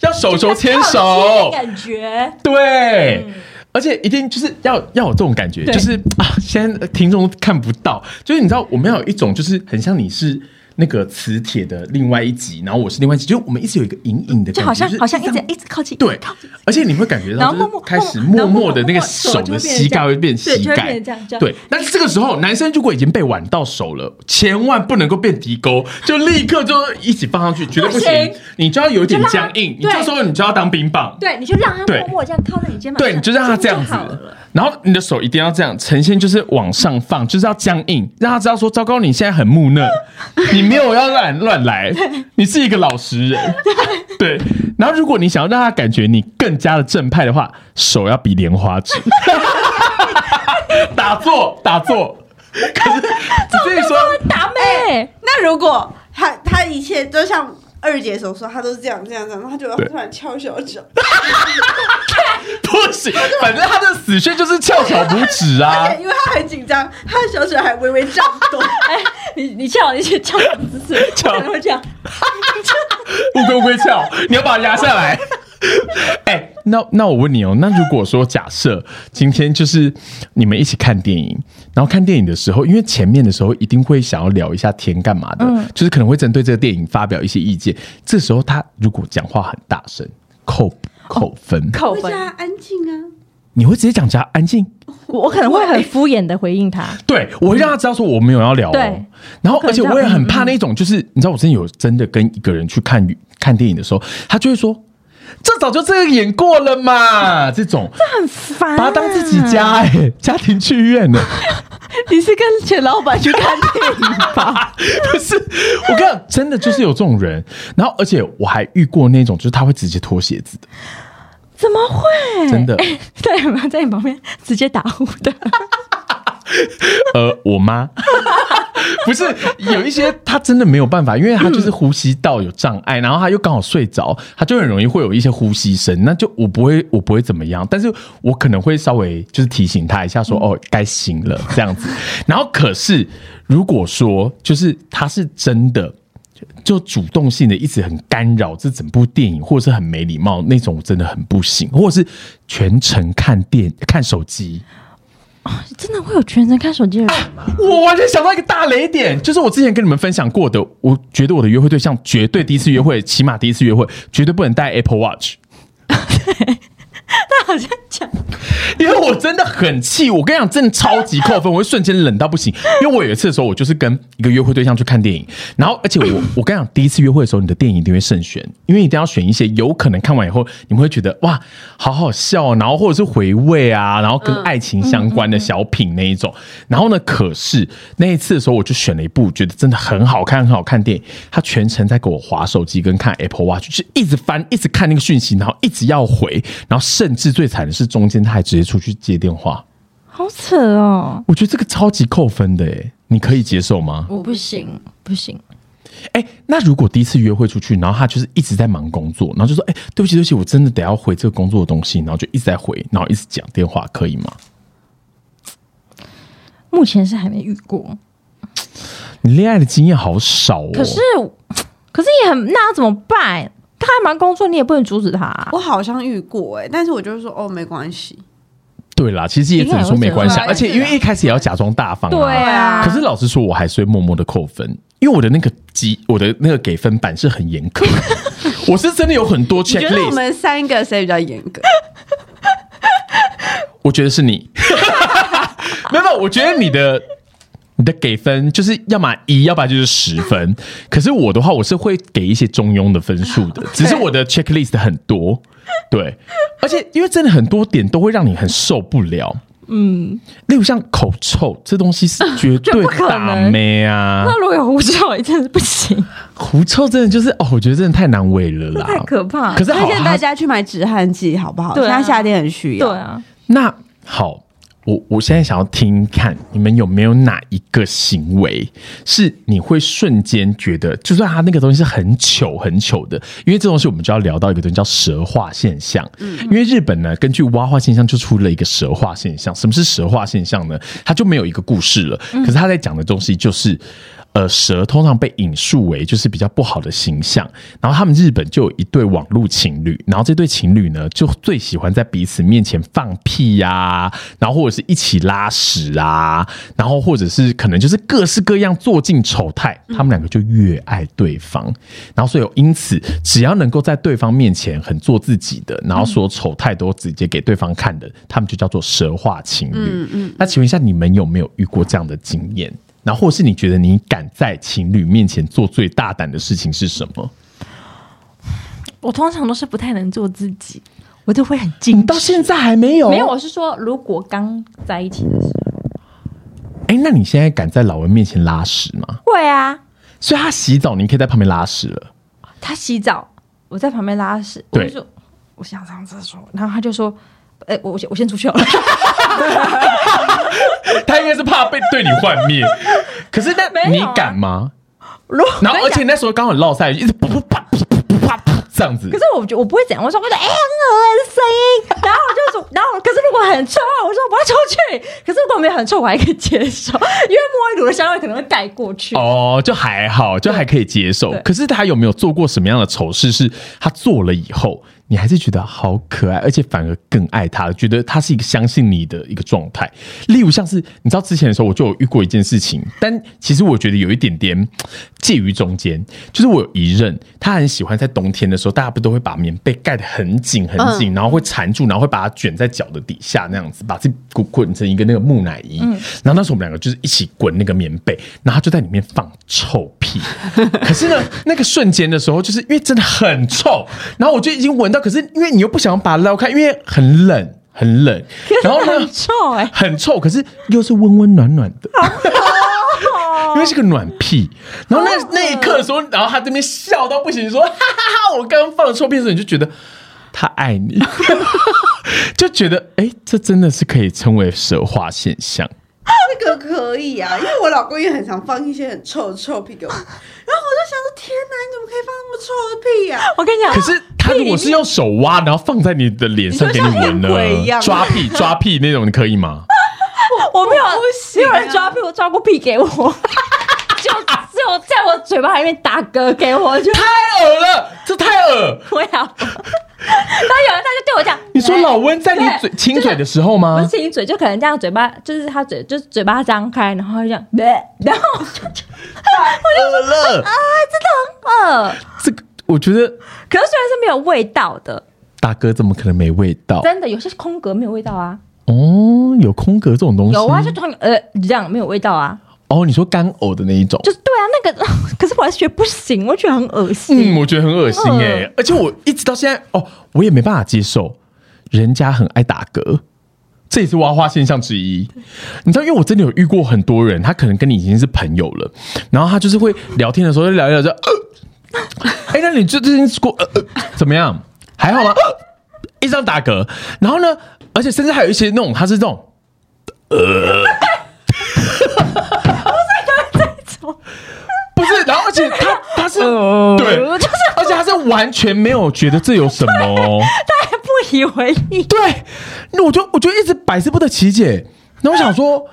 [SPEAKER 4] 要手肘牵手，
[SPEAKER 3] 感觉
[SPEAKER 4] 对。而且一定就是要要有这种感觉，
[SPEAKER 3] 嗯对
[SPEAKER 4] 就是啊，现在听众都看不到，就是你知道，我们要有一种就是很像你是那个磁铁的另外一极，然后我是另外一极，就是我们一直有一个隐隐的感觉，
[SPEAKER 3] 就好像
[SPEAKER 4] 是
[SPEAKER 3] 好像一
[SPEAKER 4] 张
[SPEAKER 3] 直一直靠近，
[SPEAKER 4] 对
[SPEAKER 3] 靠近，
[SPEAKER 4] 而且你会感觉
[SPEAKER 3] 然
[SPEAKER 4] 到，
[SPEAKER 3] 后
[SPEAKER 4] 就
[SPEAKER 3] 默
[SPEAKER 4] 是
[SPEAKER 3] 默
[SPEAKER 4] 开始
[SPEAKER 3] 默
[SPEAKER 4] 默
[SPEAKER 3] 默
[SPEAKER 4] 默的那个
[SPEAKER 3] 默默
[SPEAKER 4] 手
[SPEAKER 3] 手就
[SPEAKER 4] 的
[SPEAKER 3] 会变
[SPEAKER 4] 膝
[SPEAKER 3] 这
[SPEAKER 4] 盖
[SPEAKER 3] 样
[SPEAKER 4] 会变
[SPEAKER 3] 对
[SPEAKER 4] 膝
[SPEAKER 3] 就会
[SPEAKER 4] 盖
[SPEAKER 3] 变这样这，样
[SPEAKER 4] 对。但是这个时候，男生如果已经被挽到手了，千万不能够变低沟，就立刻就一起放上去，绝对不
[SPEAKER 3] 不行
[SPEAKER 4] 行。你就要有一点
[SPEAKER 3] 就让他
[SPEAKER 4] 僵硬，你
[SPEAKER 3] 对
[SPEAKER 4] 这时候你就要当冰棒，
[SPEAKER 3] 对，你就让他
[SPEAKER 4] 对
[SPEAKER 3] 默默这样靠在你肩膀
[SPEAKER 4] (laughs)
[SPEAKER 3] 上，
[SPEAKER 4] 对，你就让他这样子
[SPEAKER 3] 就好 (laughs) 了。
[SPEAKER 4] 然后你的手一定要这样呈现，就是往上放，就是要僵硬，让他知道说：糟糕，你现在很木讷，你没有要乱乱来，你是一个老实人。对。然后如果你想要让他感觉你更加的正派的话，手要比莲花指， (laughs) 打坐打坐。可是所以说，
[SPEAKER 3] (laughs)
[SPEAKER 4] 哎
[SPEAKER 3] 打妹，
[SPEAKER 2] 那如果他他一切都像二姐所说，他都是这样这样这样，他就会突然翘小指，
[SPEAKER 4] 不行，反正他的死穴就是翘小拇指啊
[SPEAKER 2] 而。 (laughs) 且因为他很紧张，他的小指还微微颤抖。
[SPEAKER 3] 哎， (laughs) 你你翘你去翘什么 (laughs) 姿势？
[SPEAKER 4] 翘
[SPEAKER 3] 我可能会这样，
[SPEAKER 4] 乌龟乌龟翘，你要把它压下来。 (laughs) 哎、那那我问你哦，那如果说假设今天就是你们一起看电影，然后看电影的时候，因为前面的时候一定会想要聊一下天干嘛的，就是可能会针对这个电影发表一些意见。这时候他如果讲话很大声，扣扣分，
[SPEAKER 3] 扣
[SPEAKER 2] 会叫
[SPEAKER 3] 分。
[SPEAKER 2] 他安静啊，
[SPEAKER 4] 你会直接讲叫他安静？
[SPEAKER 3] 我我可能会很敷衍的回应他，
[SPEAKER 4] 对，我会让他知道说我没有要聊、哦。
[SPEAKER 3] 对，
[SPEAKER 4] 然后
[SPEAKER 3] 可
[SPEAKER 4] 而
[SPEAKER 3] 能
[SPEAKER 4] 且
[SPEAKER 3] 这样
[SPEAKER 4] 我也很怕那种，就是你知道，我之前有真的跟一个人去看看电影的时候，他就会说。这早就这个演过了嘛， (laughs) 这种
[SPEAKER 3] 很烦。
[SPEAKER 4] 把他当自己，家哎、家庭剧院呢、 (laughs)
[SPEAKER 3] 你是跟钱老板去看电影 (laughs) 吧？
[SPEAKER 4] 不是，我跟你讲，真的就是有这种人。然后，而且我还遇过那种，就是他会直接脱鞋子的，
[SPEAKER 3] 怎么会？
[SPEAKER 4] 真的
[SPEAKER 3] 哎 (laughs) 在你们在你旁边直接打呼的，
[SPEAKER 4] 呃，我妈 (laughs) 不是有一些她真的没有办法，因为她就是呼吸道有障碍，然后她又刚好睡着，她就很容易会有一些呼吸声。那就我不会，我不会怎么样，但是我可能会稍微就是提醒她一下说哦，该醒了这样子。然后可是如果说就是她是真的。就主动性的一直很干扰这整部电影，或者是很没礼貌那种，我真的很不行，或者是全程看电看手机，
[SPEAKER 3] 真的会有全程看手机的人吗？
[SPEAKER 4] 我完全想到一个大雷点，就是我之前跟你们分享过的，我觉得我的约会对象绝对第一次约会，起码第一次约会绝对不能戴 Apple Watch，
[SPEAKER 3] (laughs) 他好像讲
[SPEAKER 4] 因为我真的很气，我跟你讲，真的超级扣分，我会瞬间冷到不行。因为我有一次的时候，我就是跟一个约会对象去看电影，然后而且我我跟你讲，第一次约会的时候，你的电影一定会慎选，因为一定要选一些有可能看完以后你们会觉得哇，好好笑哦，然后或者是回味啊，然后
[SPEAKER 3] 嗯
[SPEAKER 4] 跟爱情相关的小品那一种。然后呢，可是那一次的时候，我就选了一部觉得真的很好看、很好看的电影，他全程在给我划手机跟看 Apple Watch，就是一直翻、一直看那个讯息，然后一直要回，然后甚至最惨的是中间他还直接出去接电话，
[SPEAKER 3] 好扯哦，
[SPEAKER 4] 我觉得这个超级扣分的诶，你可以接受吗？
[SPEAKER 3] 我不行不行，
[SPEAKER 4] 哎、那如果第一次约会出去，然后他就是一直在忙工作，然后就说：“哎、对不起，对不起，我真的得要回这个工作的东西。”然后就一直在回，然后一直讲电话，可以吗？
[SPEAKER 3] 目前是还没遇过。
[SPEAKER 4] 你恋爱的经验好少哦。
[SPEAKER 3] 可是可是也很，那要怎么办？他还忙工作，你也不能阻止他啊、
[SPEAKER 2] 欸我好像遇过哎、但是我就是说哦，没关系，
[SPEAKER 4] 对啦，其实也只能说没关系啊，
[SPEAKER 3] 应该
[SPEAKER 4] 而
[SPEAKER 3] 也会觉
[SPEAKER 4] 且
[SPEAKER 3] 得
[SPEAKER 4] 因为一开始也要假装大方、啊，
[SPEAKER 3] 对啊，
[SPEAKER 4] 可是老实说，我还是会默默的扣分，因为我的那个级，我的那个给分板是很严苛，
[SPEAKER 2] (laughs)
[SPEAKER 4] 我是真的有很多
[SPEAKER 2] 你觉得我
[SPEAKER 4] checklist，
[SPEAKER 2] 们三个谁比较严格？
[SPEAKER 4] 我觉得是你，没有，没有我觉得你的。你的给分就是要么一，要不然就是十分。可是我的话，我是会给一些中庸的分数的，只是我的 checklist 很多，对，而且因为真的很多点都会让你很受不了。嗯，例如像口臭这东西是绝对
[SPEAKER 3] 不可能
[SPEAKER 4] 打妹啊，
[SPEAKER 3] 那如果有狐臭，也真的不行，
[SPEAKER 4] 狐臭真的就是哦，我觉得真的太难为了啦，
[SPEAKER 3] 太可怕。
[SPEAKER 4] 可是
[SPEAKER 2] 推
[SPEAKER 4] 好，
[SPEAKER 2] 荐
[SPEAKER 4] 它
[SPEAKER 2] 大家去买止汗剂，好不好？
[SPEAKER 3] 对
[SPEAKER 2] 现
[SPEAKER 3] 啊
[SPEAKER 2] 在夏天很需
[SPEAKER 3] 对
[SPEAKER 2] 要。
[SPEAKER 3] 啊，
[SPEAKER 4] 那好，我我现在想要听看你们有没有哪一个行为是你会瞬间觉得，就算他那个东西是很糗很糗的，因为这东西我们就要聊到一个东西叫蛇化现象。因为日本呢，根据蛙化现象就出了一个蛇化现象。什么是蛇化现象呢？它就没有一个故事了，可是他在讲的东西就是。呃，蛇通常被引述为就是比较不好的形象。然后他们日本就有一对网络情侣，然后这对情侣呢，就最喜欢在彼此面前放屁呀、然后或者是一起拉屎啊，然后或者是可能就是各式各样做尽丑态，他们两个就越爱对方。然后所以因此，只要能够在对方面前很做自己的，然后所有丑态都直接给对方看的，他们就叫做蛇化情侣。那请问一下，你们有没有遇过这样的经验？然后，或是你觉得你敢在情侣面前做最大胆的事情是什么？
[SPEAKER 3] 我通常都是不太能做自己，我都会很
[SPEAKER 4] 你
[SPEAKER 3] 矜
[SPEAKER 4] 嗯到
[SPEAKER 3] 持。
[SPEAKER 4] 现在还没有？
[SPEAKER 3] 没有，。我是说，如果刚在一起的时候，
[SPEAKER 4] 哎，那你现在敢在老文面前拉屎吗？
[SPEAKER 3] 会啊，
[SPEAKER 4] 所以他洗澡，你可以在旁边拉屎了。
[SPEAKER 3] 他洗澡，我在旁边拉屎，我
[SPEAKER 4] 对
[SPEAKER 3] 就说我想上厕所，然后他就说，哎、我我先我先出去好了。
[SPEAKER 4] (laughs) 他应该是怕被对你幻灭。 (laughs) 可是那、
[SPEAKER 3] 没
[SPEAKER 4] 你
[SPEAKER 3] 有啊
[SPEAKER 4] 敢吗？
[SPEAKER 3] (laughs) 如果
[SPEAKER 4] 然后，
[SPEAKER 3] 我
[SPEAKER 4] 而
[SPEAKER 3] 跟
[SPEAKER 4] 且
[SPEAKER 3] 你
[SPEAKER 4] 那时候刚好落赛，一直噗噗啪噗噗噗啪噗这样子
[SPEAKER 3] 讲可。是我觉我不会讲，我说我就哎、很恶心的声音，然后我就说，然后可是如果很臭，我说我不要出去。可是如果没有很臭，我还可以接受，因为沐浴乳的香味可能会盖过去。
[SPEAKER 4] 哦，就还好，就还可以接受
[SPEAKER 3] 对。
[SPEAKER 4] 可是他有没有做过什么样的丑事？是他做了以后，你还是觉得好可爱，而且反而更爱他，觉得他是一个相信你的一个状态。例如像是你知道之前的时候，我就有遇过一件事情，但其实我觉得有一点点介于中间，就是我有一任，他很喜欢在冬天的时候，大家不都会把棉被盖得很紧很紧，然后会缠住，然后会把它卷在脚的底下那样子，把自己滚滚成一个那个木乃伊。然后那时候我们两个就是一起滚那个棉被，然后他就在里面放臭屁。可是呢，那个瞬间的时候，就是因为真的很臭，然后我就已经闻到，可是因为你又不想把它捞开，因为很冷。很冷，然后呢
[SPEAKER 3] 很？臭
[SPEAKER 4] (laughs)
[SPEAKER 3] 哎、
[SPEAKER 4] 很臭，可是又是温温暖暖的，因为是个暖屁。然后那那一刻的时候，然后他这边笑到不行，说哈哈哈，我刚刚放了臭屁的时候，你就觉得他爱你， (laughs) 就觉得哎、诶这真的是可以称为蛇化现象。
[SPEAKER 2] 这个可以啊，因为我老公也很常放一些很臭的臭屁给我，然后我就想说，天哪，你怎么可以放那么臭的屁啊呀、
[SPEAKER 3] 我跟你讲，
[SPEAKER 4] 可是他如果是用手挖，然后放在你的脸上给你闻
[SPEAKER 2] 你就像硬鬼一
[SPEAKER 4] 呢，
[SPEAKER 2] 样
[SPEAKER 4] 抓屁抓屁那种，你可以吗？
[SPEAKER 3] (laughs) 我没有，
[SPEAKER 2] 我不
[SPEAKER 3] 没
[SPEAKER 2] 行啊
[SPEAKER 3] 有人抓屁股抓过屁给我， (laughs) 就只有在我嘴巴里面打嗝给我，
[SPEAKER 2] (laughs)
[SPEAKER 3] 就
[SPEAKER 4] 太恶了，这太恶！
[SPEAKER 3] 我要。然后有 (laughs) 人他就对我讲，
[SPEAKER 4] 你说老温在你嘴
[SPEAKER 3] 对
[SPEAKER 4] 亲嘴的时候
[SPEAKER 2] 嗯
[SPEAKER 3] 不是
[SPEAKER 4] 吗？
[SPEAKER 3] 亲嘴，就可能这样嘴巴，就是他嘴就是嘴巴张开，然后就这样， (laughs) 然后我就觉
[SPEAKER 4] 恶了，
[SPEAKER 3] 得饿。
[SPEAKER 4] 这个我觉得
[SPEAKER 3] 呃可是虽然是没有味道的，
[SPEAKER 4] 大哥怎么可能没味道？
[SPEAKER 3] 真的有些是空格没有味道啊，
[SPEAKER 4] 哦，有空格这种东西，
[SPEAKER 3] 有啊，就突然呃这样没有味道啊，
[SPEAKER 4] 哦，你说干呕的那一种，
[SPEAKER 3] 就是对啊，那个 (laughs) 可是我还是觉得不行，我觉得很恶心。
[SPEAKER 4] 嗯，我觉得很恶心哎、
[SPEAKER 3] 嗯
[SPEAKER 4] 而且我一直到现在哦，我也没办法接受，人家很爱打嗝。这也是挖花现象之一，你知道，因为我真的有遇过很多人，他可能跟你已经是朋友了，然后他就是会聊天的时候就聊一聊就，呃，哎、那你最近过呃呃怎么样？还好吗？呃一直这样打嗝，然后呢，而且甚至还有一些那种他是这种，呃不是，然后而且他他是、对，
[SPEAKER 3] (laughs) 就是
[SPEAKER 4] 而且他是完全没有觉得这有什么哦、
[SPEAKER 3] 大家不以为意， (laughs)
[SPEAKER 4] 对，那我就我就一直百思不得其解。那我想说，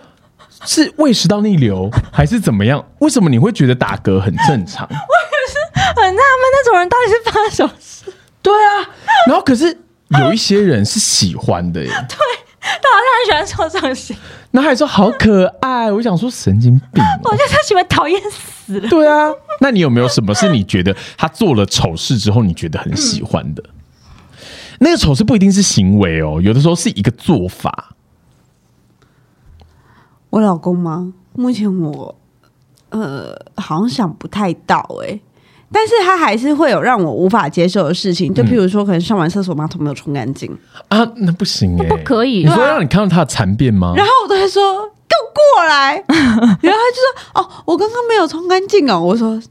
[SPEAKER 4] 是胃食道逆流还是怎么样？为什么你会觉得打嗝很正常？
[SPEAKER 3] 很纳闷那种人到底是发生什么事？ (laughs)
[SPEAKER 4] 对啊，然后可是有一些人是喜欢的耶，对，
[SPEAKER 3] 他好像很喜欢受伤心，
[SPEAKER 4] 然后还说好可爱，我想说神经病
[SPEAKER 3] (laughs)
[SPEAKER 4] 哦、
[SPEAKER 3] 我觉得他喜欢讨厌死了。
[SPEAKER 4] 对啊，那你有没有什么是你觉得他做了丑事之后，你觉得很喜欢
[SPEAKER 3] 嗯
[SPEAKER 4] 的？那个丑事不一定是行为哦，有的时候是一个做法。
[SPEAKER 2] 我老公吗？目前我呃好像想不太到哎、但是他还是会有让我无法接受的事
[SPEAKER 4] 嗯
[SPEAKER 2] 情，就譬如说，可能上完厕所马桶没有冲干净，
[SPEAKER 4] 啊，那不行、欸，
[SPEAKER 3] 那不可以啊
[SPEAKER 4] 你说让你看到他的残变吗？
[SPEAKER 2] 然后我都会说“给我
[SPEAKER 4] (laughs)
[SPEAKER 2] 过来”，然后他就说：“哦，我刚刚没有冲干净哦。”我说：“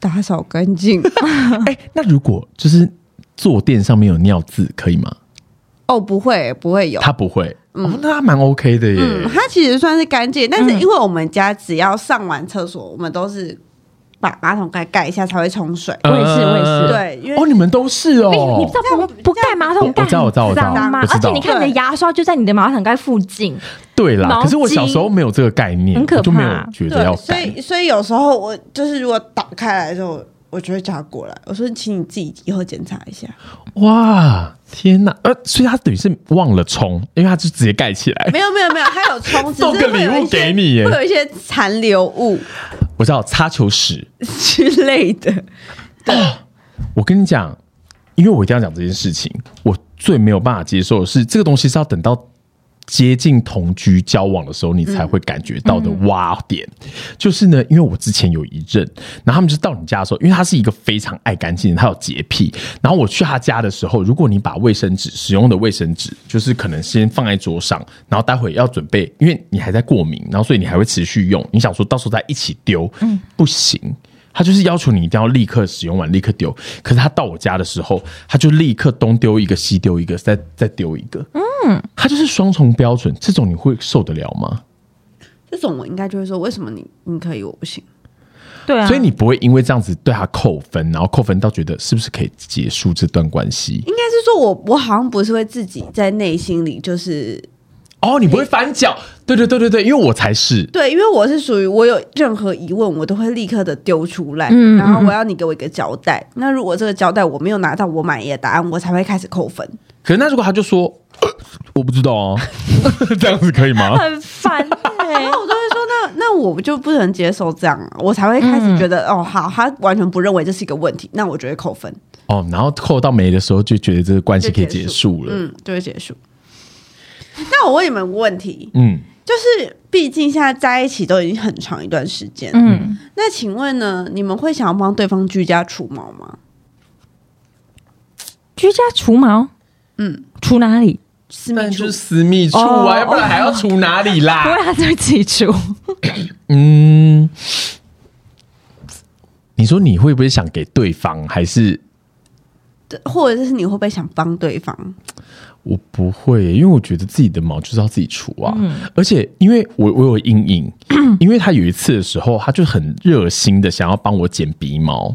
[SPEAKER 2] 打扫干
[SPEAKER 4] (laughs)
[SPEAKER 2] 净
[SPEAKER 4] 哎、那如果就是坐垫上面有尿渍，可以吗？
[SPEAKER 2] 哦，不会，不会有。”
[SPEAKER 4] 他不会，
[SPEAKER 3] 嗯
[SPEAKER 4] 哦、那他蛮 OK 的耶。
[SPEAKER 2] 嗯，它其实算是干净，但
[SPEAKER 4] 嗯
[SPEAKER 2] 是因为我们家只要上完厕所，我们都是把马桶盖盖一下才会冲水。
[SPEAKER 4] 呃
[SPEAKER 3] 我也是我也是
[SPEAKER 2] 对因为
[SPEAKER 4] 哦，你们都是哦，
[SPEAKER 3] 你你知道不不盖马桶盖
[SPEAKER 4] 我知道我知道我
[SPEAKER 3] 很
[SPEAKER 4] 知道
[SPEAKER 3] 脏吗
[SPEAKER 4] 我？知
[SPEAKER 3] 而
[SPEAKER 4] 道
[SPEAKER 3] 且你看你的牙刷就在你的马桶盖附近，
[SPEAKER 4] 对啦。
[SPEAKER 3] 毛
[SPEAKER 4] 可是我小时候没有这个概念，
[SPEAKER 3] 很可
[SPEAKER 4] 我
[SPEAKER 3] 怕
[SPEAKER 4] 就没有觉得要
[SPEAKER 2] 对，所
[SPEAKER 4] 改。
[SPEAKER 2] 以所以有时候我就是如果打开来的时候，我我就会叫他过来，我说请你自己以后检查
[SPEAKER 4] (laughs)
[SPEAKER 2] 一下。
[SPEAKER 4] 哇，天哪！呃，所以他等于是忘了冲，因为他就直接盖起来。 (laughs)
[SPEAKER 2] 没有没有没有，他有冲，只
[SPEAKER 4] 送
[SPEAKER 2] 是
[SPEAKER 4] 个
[SPEAKER 2] 会
[SPEAKER 4] 礼
[SPEAKER 2] 有一
[SPEAKER 4] 物
[SPEAKER 2] 些
[SPEAKER 4] 给你耶
[SPEAKER 2] 会有一些残留物
[SPEAKER 4] 我知道擦球石，
[SPEAKER 2] 之类的。
[SPEAKER 4] 我跟你讲，因为我一定要讲这件事情，我最没有办法接受的是这个东西是要等到接近同居交往的时候，你才会感觉到的哇点。就是呢，因为我之前有一任，然后他们就是到你家的时候，因为他是一个非常爱干净的，他有洁癖。然后我去他家的时候，如果你把卫生纸使用的卫生纸，就是可能先放在桌上，然后待会要准备，因为你还在过敏，然后所以你还会持续用，你想说到时候再一起丢，不行。他就是要求你一定要立刻使用完，立刻丢。可是他到我家的时候，他就立刻东丢一个，西丢一个，再再丢一个。嗯，他就是双重标准，这种你会受得了吗？
[SPEAKER 2] 这种我应该就会说，为什么你你可以我不行？
[SPEAKER 3] 对啊，
[SPEAKER 4] 所以你不会因为这样子对他扣分，然后扣分到觉得是不是可以结束这段关系？
[SPEAKER 2] 应该是说我我好像不是会自己在内心里就是
[SPEAKER 4] 哦，你不会翻脚？对对对对对，因为我才是。
[SPEAKER 2] 对，因为我是属于我有任何疑问，我都会立刻的丢出来，
[SPEAKER 3] 嗯
[SPEAKER 2] 然后我要你给我一个交代。那如果这个交代我没有拿到我满意的答案，我才会开始扣分。
[SPEAKER 4] 可是那如果他就说、呃我不知道啊， (laughs) 这样子可以 (laughs) 吗？
[SPEAKER 3] 啊很烦哎、
[SPEAKER 2] 那我就会说，那那我就不能接受这样啊，我才会开始觉得、哦，好，他完全不认为这是一个问题，那我就会扣分，
[SPEAKER 4] 哦，然后扣到没的时候就觉得这个关系可以结束了。
[SPEAKER 2] 嗯，就会结束。那我问你们个问题，
[SPEAKER 4] 嗯，
[SPEAKER 2] 就是毕竟现在在一起都已经很长一段时间，
[SPEAKER 3] 嗯，
[SPEAKER 2] 那请问呢，你们会想要帮对方居家除毛吗？
[SPEAKER 3] 居家除毛，嗯，除哪里？
[SPEAKER 2] 私
[SPEAKER 4] 不然
[SPEAKER 2] 密
[SPEAKER 4] 就
[SPEAKER 2] 处
[SPEAKER 4] 是私密处
[SPEAKER 3] 哦
[SPEAKER 4] 啊，要不然还要除哪里
[SPEAKER 3] 不
[SPEAKER 4] 啦
[SPEAKER 3] 会？他自己除，
[SPEAKER 4] (laughs) 嗯，你说你会不会想给对方？还是
[SPEAKER 2] 或者是你会不会想帮对方？
[SPEAKER 4] 我不会耶，因为我觉得自己的毛就是要自己除啊。而且因为我我有阴影，因为他有一次的时候，他就很热心的想要帮我剪鼻毛，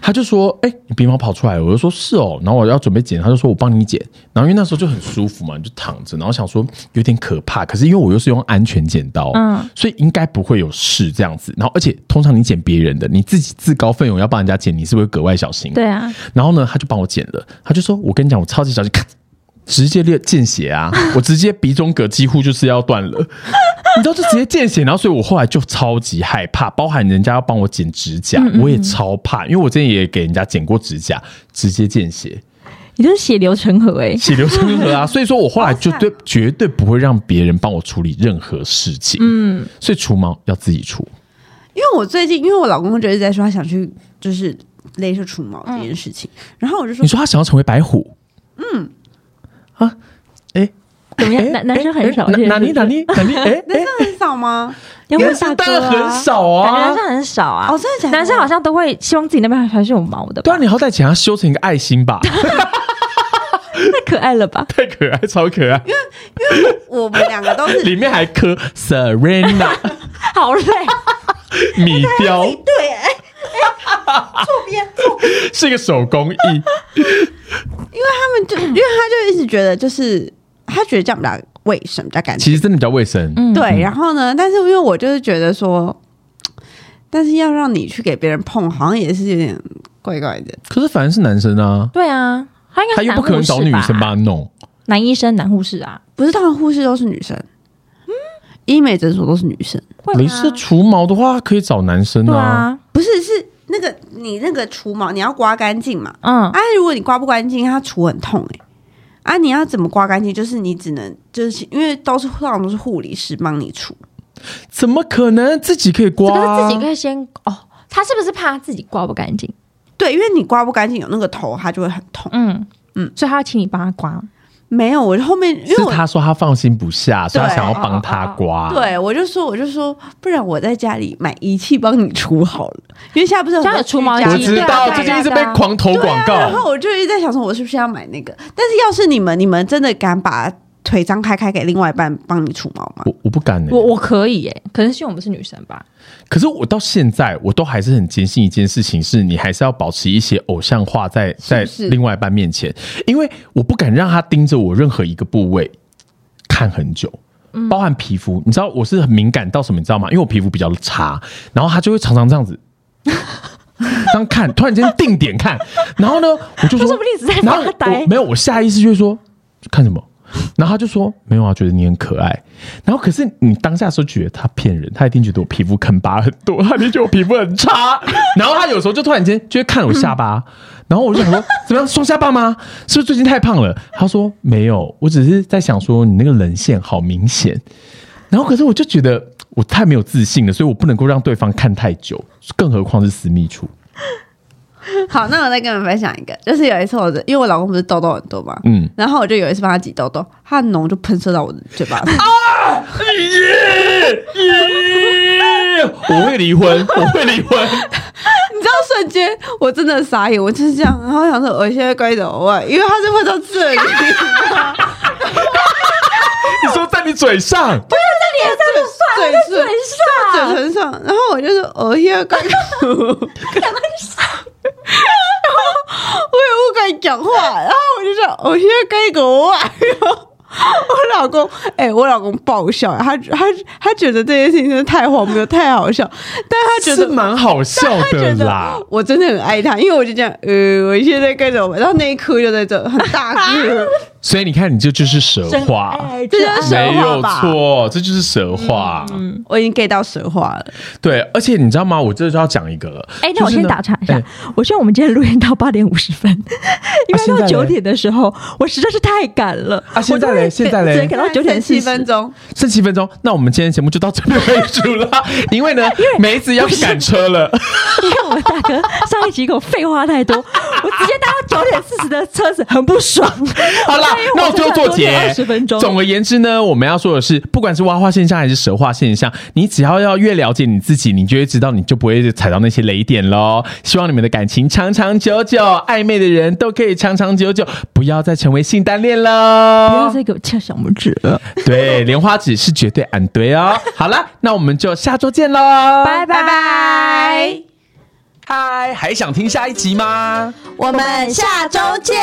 [SPEAKER 4] 他就说：“哎、你鼻毛跑出来了。”我就说：“是哦。”然后我要准备剪，他就说：“我帮你剪。”然后因为那时候就很舒服嘛，你就躺着，然后想说有点可怕，可是因为我又是用安全剪刀，
[SPEAKER 3] 嗯
[SPEAKER 4] 所以应该不会有事这样子。然后而且通常你剪别人的，你自己自告奋勇要帮人家剪，你是不是会格外小心？
[SPEAKER 3] 对啊，
[SPEAKER 4] 然后呢，他就帮我剪了，他就说：“我跟你讲，我超级小心，咔，直接裂见血啊！我直接鼻中隔几乎就是要断了，你知道，就直接见血。然后，所以我后来就超级害怕，包含人家要帮我剪指甲，我也超怕，因为我之前也给人家剪过指甲，直接见血，
[SPEAKER 3] 你就是血流成河哎、
[SPEAKER 4] 血流成河啊！所以说我后来就对绝对不会让别人帮我处理任何事情，嗯，所以除毛要自己除。
[SPEAKER 2] 因为我最近，因为我老公就一直在说他想去就是类似除毛这件事情，然后我
[SPEAKER 4] (laughs)
[SPEAKER 2] 就说
[SPEAKER 4] 你说他想要成为白虎，嗯，啊，哎。”
[SPEAKER 3] 怎么样？男男生很少，是不是
[SPEAKER 4] 哪里哪
[SPEAKER 3] (laughs)
[SPEAKER 4] 里哪里？哎哎，
[SPEAKER 2] 很少吗？
[SPEAKER 3] 要问
[SPEAKER 4] 男生
[SPEAKER 3] 大哥
[SPEAKER 4] 当然
[SPEAKER 3] 啊
[SPEAKER 4] 很少
[SPEAKER 3] 感觉男
[SPEAKER 4] 啊。
[SPEAKER 3] 生很少啊。
[SPEAKER 2] 哦，真的假的？
[SPEAKER 3] 男生好像都会希望自己那边还是有毛的吧，
[SPEAKER 4] 对啊，你好歹请他修成一个爱心吧， (laughs)
[SPEAKER 3] 太可爱了吧？
[SPEAKER 4] 太可爱，超可爱，
[SPEAKER 2] 我们两个都是
[SPEAKER 4] 里面还刻 Serena
[SPEAKER 3] (laughs) 好累，
[SPEAKER 4] 米雕，
[SPEAKER 2] 对，哎、哎，错边错边，
[SPEAKER 4] 是一个手工
[SPEAKER 3] (laughs)
[SPEAKER 4] 艺。
[SPEAKER 2] 他们嗯 (clears throat) 就因为他就一直觉得就是他觉得这样比较卫生，比较干净。
[SPEAKER 4] 其实真的比较卫生，
[SPEAKER 3] 嗯
[SPEAKER 2] 对，然后呢，但是因为我就是觉得说，但是要让你去给别人碰，好像也是有点怪怪的。
[SPEAKER 4] 可是反正是男生啊，
[SPEAKER 3] 对啊，他应该
[SPEAKER 4] 他
[SPEAKER 3] 是
[SPEAKER 4] 又不可能找女生
[SPEAKER 3] 男护士吧？
[SPEAKER 4] 帮他弄。
[SPEAKER 3] 男医生、男护士啊，
[SPEAKER 2] 不是，当然护士都是女生，嗯医美诊所都是女生，
[SPEAKER 3] 会吗
[SPEAKER 4] 镭射除毛的话可以找男生
[SPEAKER 3] 对
[SPEAKER 4] 啊，
[SPEAKER 3] 啊，
[SPEAKER 2] 不是是那个你那个除毛你要刮干净嘛，
[SPEAKER 3] 嗯，
[SPEAKER 2] 啊，如果你刮不干净，它除很痛哎、啊，你要怎么刮干净？就是你只能就是因为都是通常都是护理师帮你除，
[SPEAKER 4] 怎么可能自己可以
[SPEAKER 3] 这
[SPEAKER 4] 刮
[SPEAKER 3] 个
[SPEAKER 4] 啊？
[SPEAKER 3] 是自己可以先哦，他是不是怕自己刮不干净？
[SPEAKER 2] 对，因为你刮不干净有那个头，它就会很痛。
[SPEAKER 3] 嗯
[SPEAKER 2] 嗯
[SPEAKER 3] 嗯，所以他要请你帮他刮。
[SPEAKER 2] 没有，我后面因为
[SPEAKER 4] 是
[SPEAKER 2] 我
[SPEAKER 4] 他说他放心不下，所以他
[SPEAKER 2] 对
[SPEAKER 4] 想要帮
[SPEAKER 3] 哦
[SPEAKER 4] 他刮。，
[SPEAKER 2] 对我就说我就说，不然我在家里买仪器帮你除好了，因为现在不是很
[SPEAKER 3] 现在
[SPEAKER 2] 多
[SPEAKER 3] 有除毛
[SPEAKER 2] 居家
[SPEAKER 3] 对
[SPEAKER 4] 我
[SPEAKER 3] 仪
[SPEAKER 4] 知
[SPEAKER 3] 对啊
[SPEAKER 4] 道
[SPEAKER 3] 对啊
[SPEAKER 4] 最近一直
[SPEAKER 3] 对
[SPEAKER 4] 被
[SPEAKER 3] 啊
[SPEAKER 4] 狂投广
[SPEAKER 2] 然
[SPEAKER 4] 告，
[SPEAKER 2] 后我就一直在想说，我是不是要买那个？但是要是你们，你们真的敢把腿张开开给另外一半帮你除毛吗？ (laughs)
[SPEAKER 4] 我我不敢呢、欸
[SPEAKER 3] 我我可以耶、可能是因为我们是女生吧。
[SPEAKER 4] 可是我到现在，我都还是很坚信一件事情是，你还是要保持一些偶像化在在
[SPEAKER 2] 是不是
[SPEAKER 4] 另外一半面前，因为我不敢让他盯着我任何一个部位看很久。
[SPEAKER 2] 嗯
[SPEAKER 4] 包含皮肤，你知道我是很敏感到什么，你知道吗？因为我皮肤比较差，然后他就会常常这样子，这样看，突然间定点看，然后呢，我就说，
[SPEAKER 3] 他说不定一直在发
[SPEAKER 4] 然后我
[SPEAKER 3] 呆
[SPEAKER 4] 没有，我下意识就会说看什么，然后他就说没有啊，觉得你很可爱。然后可是你当下说觉得他骗人，他一定觉得我皮肤坑疤很多，他一定觉得我皮肤很差。然后他有时候就突然间就会看我下巴，然后我就想说怎么样，双下巴吗？是不是最近太胖了？他说没有，我只是在想说你那个棱线好明显。然后可是我就觉得我太没有自信了，所以我不能够让对方看太久，更何况是私密处。
[SPEAKER 2] 好，那我再跟你们分享一个，就是有一次我的，因为我老公不是痘痘很多嘛，
[SPEAKER 4] 嗯
[SPEAKER 2] (laughs) 然后我就有一次帮他挤痘痘，他的脓就喷射到我的嘴巴上，
[SPEAKER 4] 我会离婚，我会离婚。
[SPEAKER 2] 你知道瞬间我真的傻眼，我就是这样，然后想说我现在该怎么办，因为他是喷到这 (laughs) 里，
[SPEAKER 4] 你说在你嘴上，
[SPEAKER 2] 嘴
[SPEAKER 3] 嘴
[SPEAKER 2] 唇
[SPEAKER 3] 上
[SPEAKER 2] 嘴唇上，然后我就哦说我现在该怎么办。然后我也不敢讲话，然后我就想，我现在该怎么办？然后我老公，哎、我老公爆笑，他他他觉得这件事情真的太荒谬、太好笑，但他觉
[SPEAKER 4] 是
[SPEAKER 2] 得
[SPEAKER 4] 蛮好笑
[SPEAKER 2] 他
[SPEAKER 4] 的
[SPEAKER 2] 觉
[SPEAKER 4] 啦
[SPEAKER 2] 得。我真的很爱他，因为我就这样，呃，我现在该怎么办？然后那一哭就在这，很大 (laughs) 哭。
[SPEAKER 4] 所以你看，你这就是蛇话，
[SPEAKER 3] 哎，
[SPEAKER 2] 这就是
[SPEAKER 3] 是
[SPEAKER 2] 蛇
[SPEAKER 4] 没
[SPEAKER 2] 话
[SPEAKER 4] 有
[SPEAKER 2] 吧嗯
[SPEAKER 4] 错，这就是蛇话。
[SPEAKER 2] 我已经 get 到蛇话了，
[SPEAKER 4] 对，而且你知道吗？我这就要讲一个了。
[SPEAKER 3] 哎，那我
[SPEAKER 4] 就是
[SPEAKER 3] 先
[SPEAKER 4] 呢
[SPEAKER 3] 打岔一下
[SPEAKER 4] 哎，啊
[SPEAKER 3] 我觉得我们今天录音到八点五十分，因为
[SPEAKER 4] 现在嘞
[SPEAKER 3] 到九点的时候，我实在是太赶了
[SPEAKER 4] 啊现在嘞
[SPEAKER 3] 我就会
[SPEAKER 4] 现在嘞
[SPEAKER 3] 只能赶到九点四十
[SPEAKER 2] 七分。钟，
[SPEAKER 4] 剩七分钟，那我们今天节目就到这边为止了。因为呢，梅子要去赶车了。
[SPEAKER 3] 因为我们大哥上一集给我废话太多，我直接搭到九点四十的车子，很不爽。
[SPEAKER 4] (laughs) 好啦
[SPEAKER 3] 所以，
[SPEAKER 4] 那我最后做结。
[SPEAKER 3] 二十分钟。
[SPEAKER 4] 总而言之呢，我们要说的是，不管是蛙化现象还是蛇化现象，你只要要越了解你自己，你就会知道，你就不会踩到那些雷点喽。希望你们的感情长长久久，暧昧的人都可以长长久久，不要再成为性单恋
[SPEAKER 3] 不要
[SPEAKER 4] 喽。
[SPEAKER 3] 再给我翘小拇指了，
[SPEAKER 4] (laughs) 对，莲花指是绝对安对哦。好了，那我们就下周见喽，
[SPEAKER 3] 拜
[SPEAKER 2] 拜
[SPEAKER 3] 拜。
[SPEAKER 2] 拜，
[SPEAKER 4] 嗨，还想听下一集吗？
[SPEAKER 2] 我们下周见。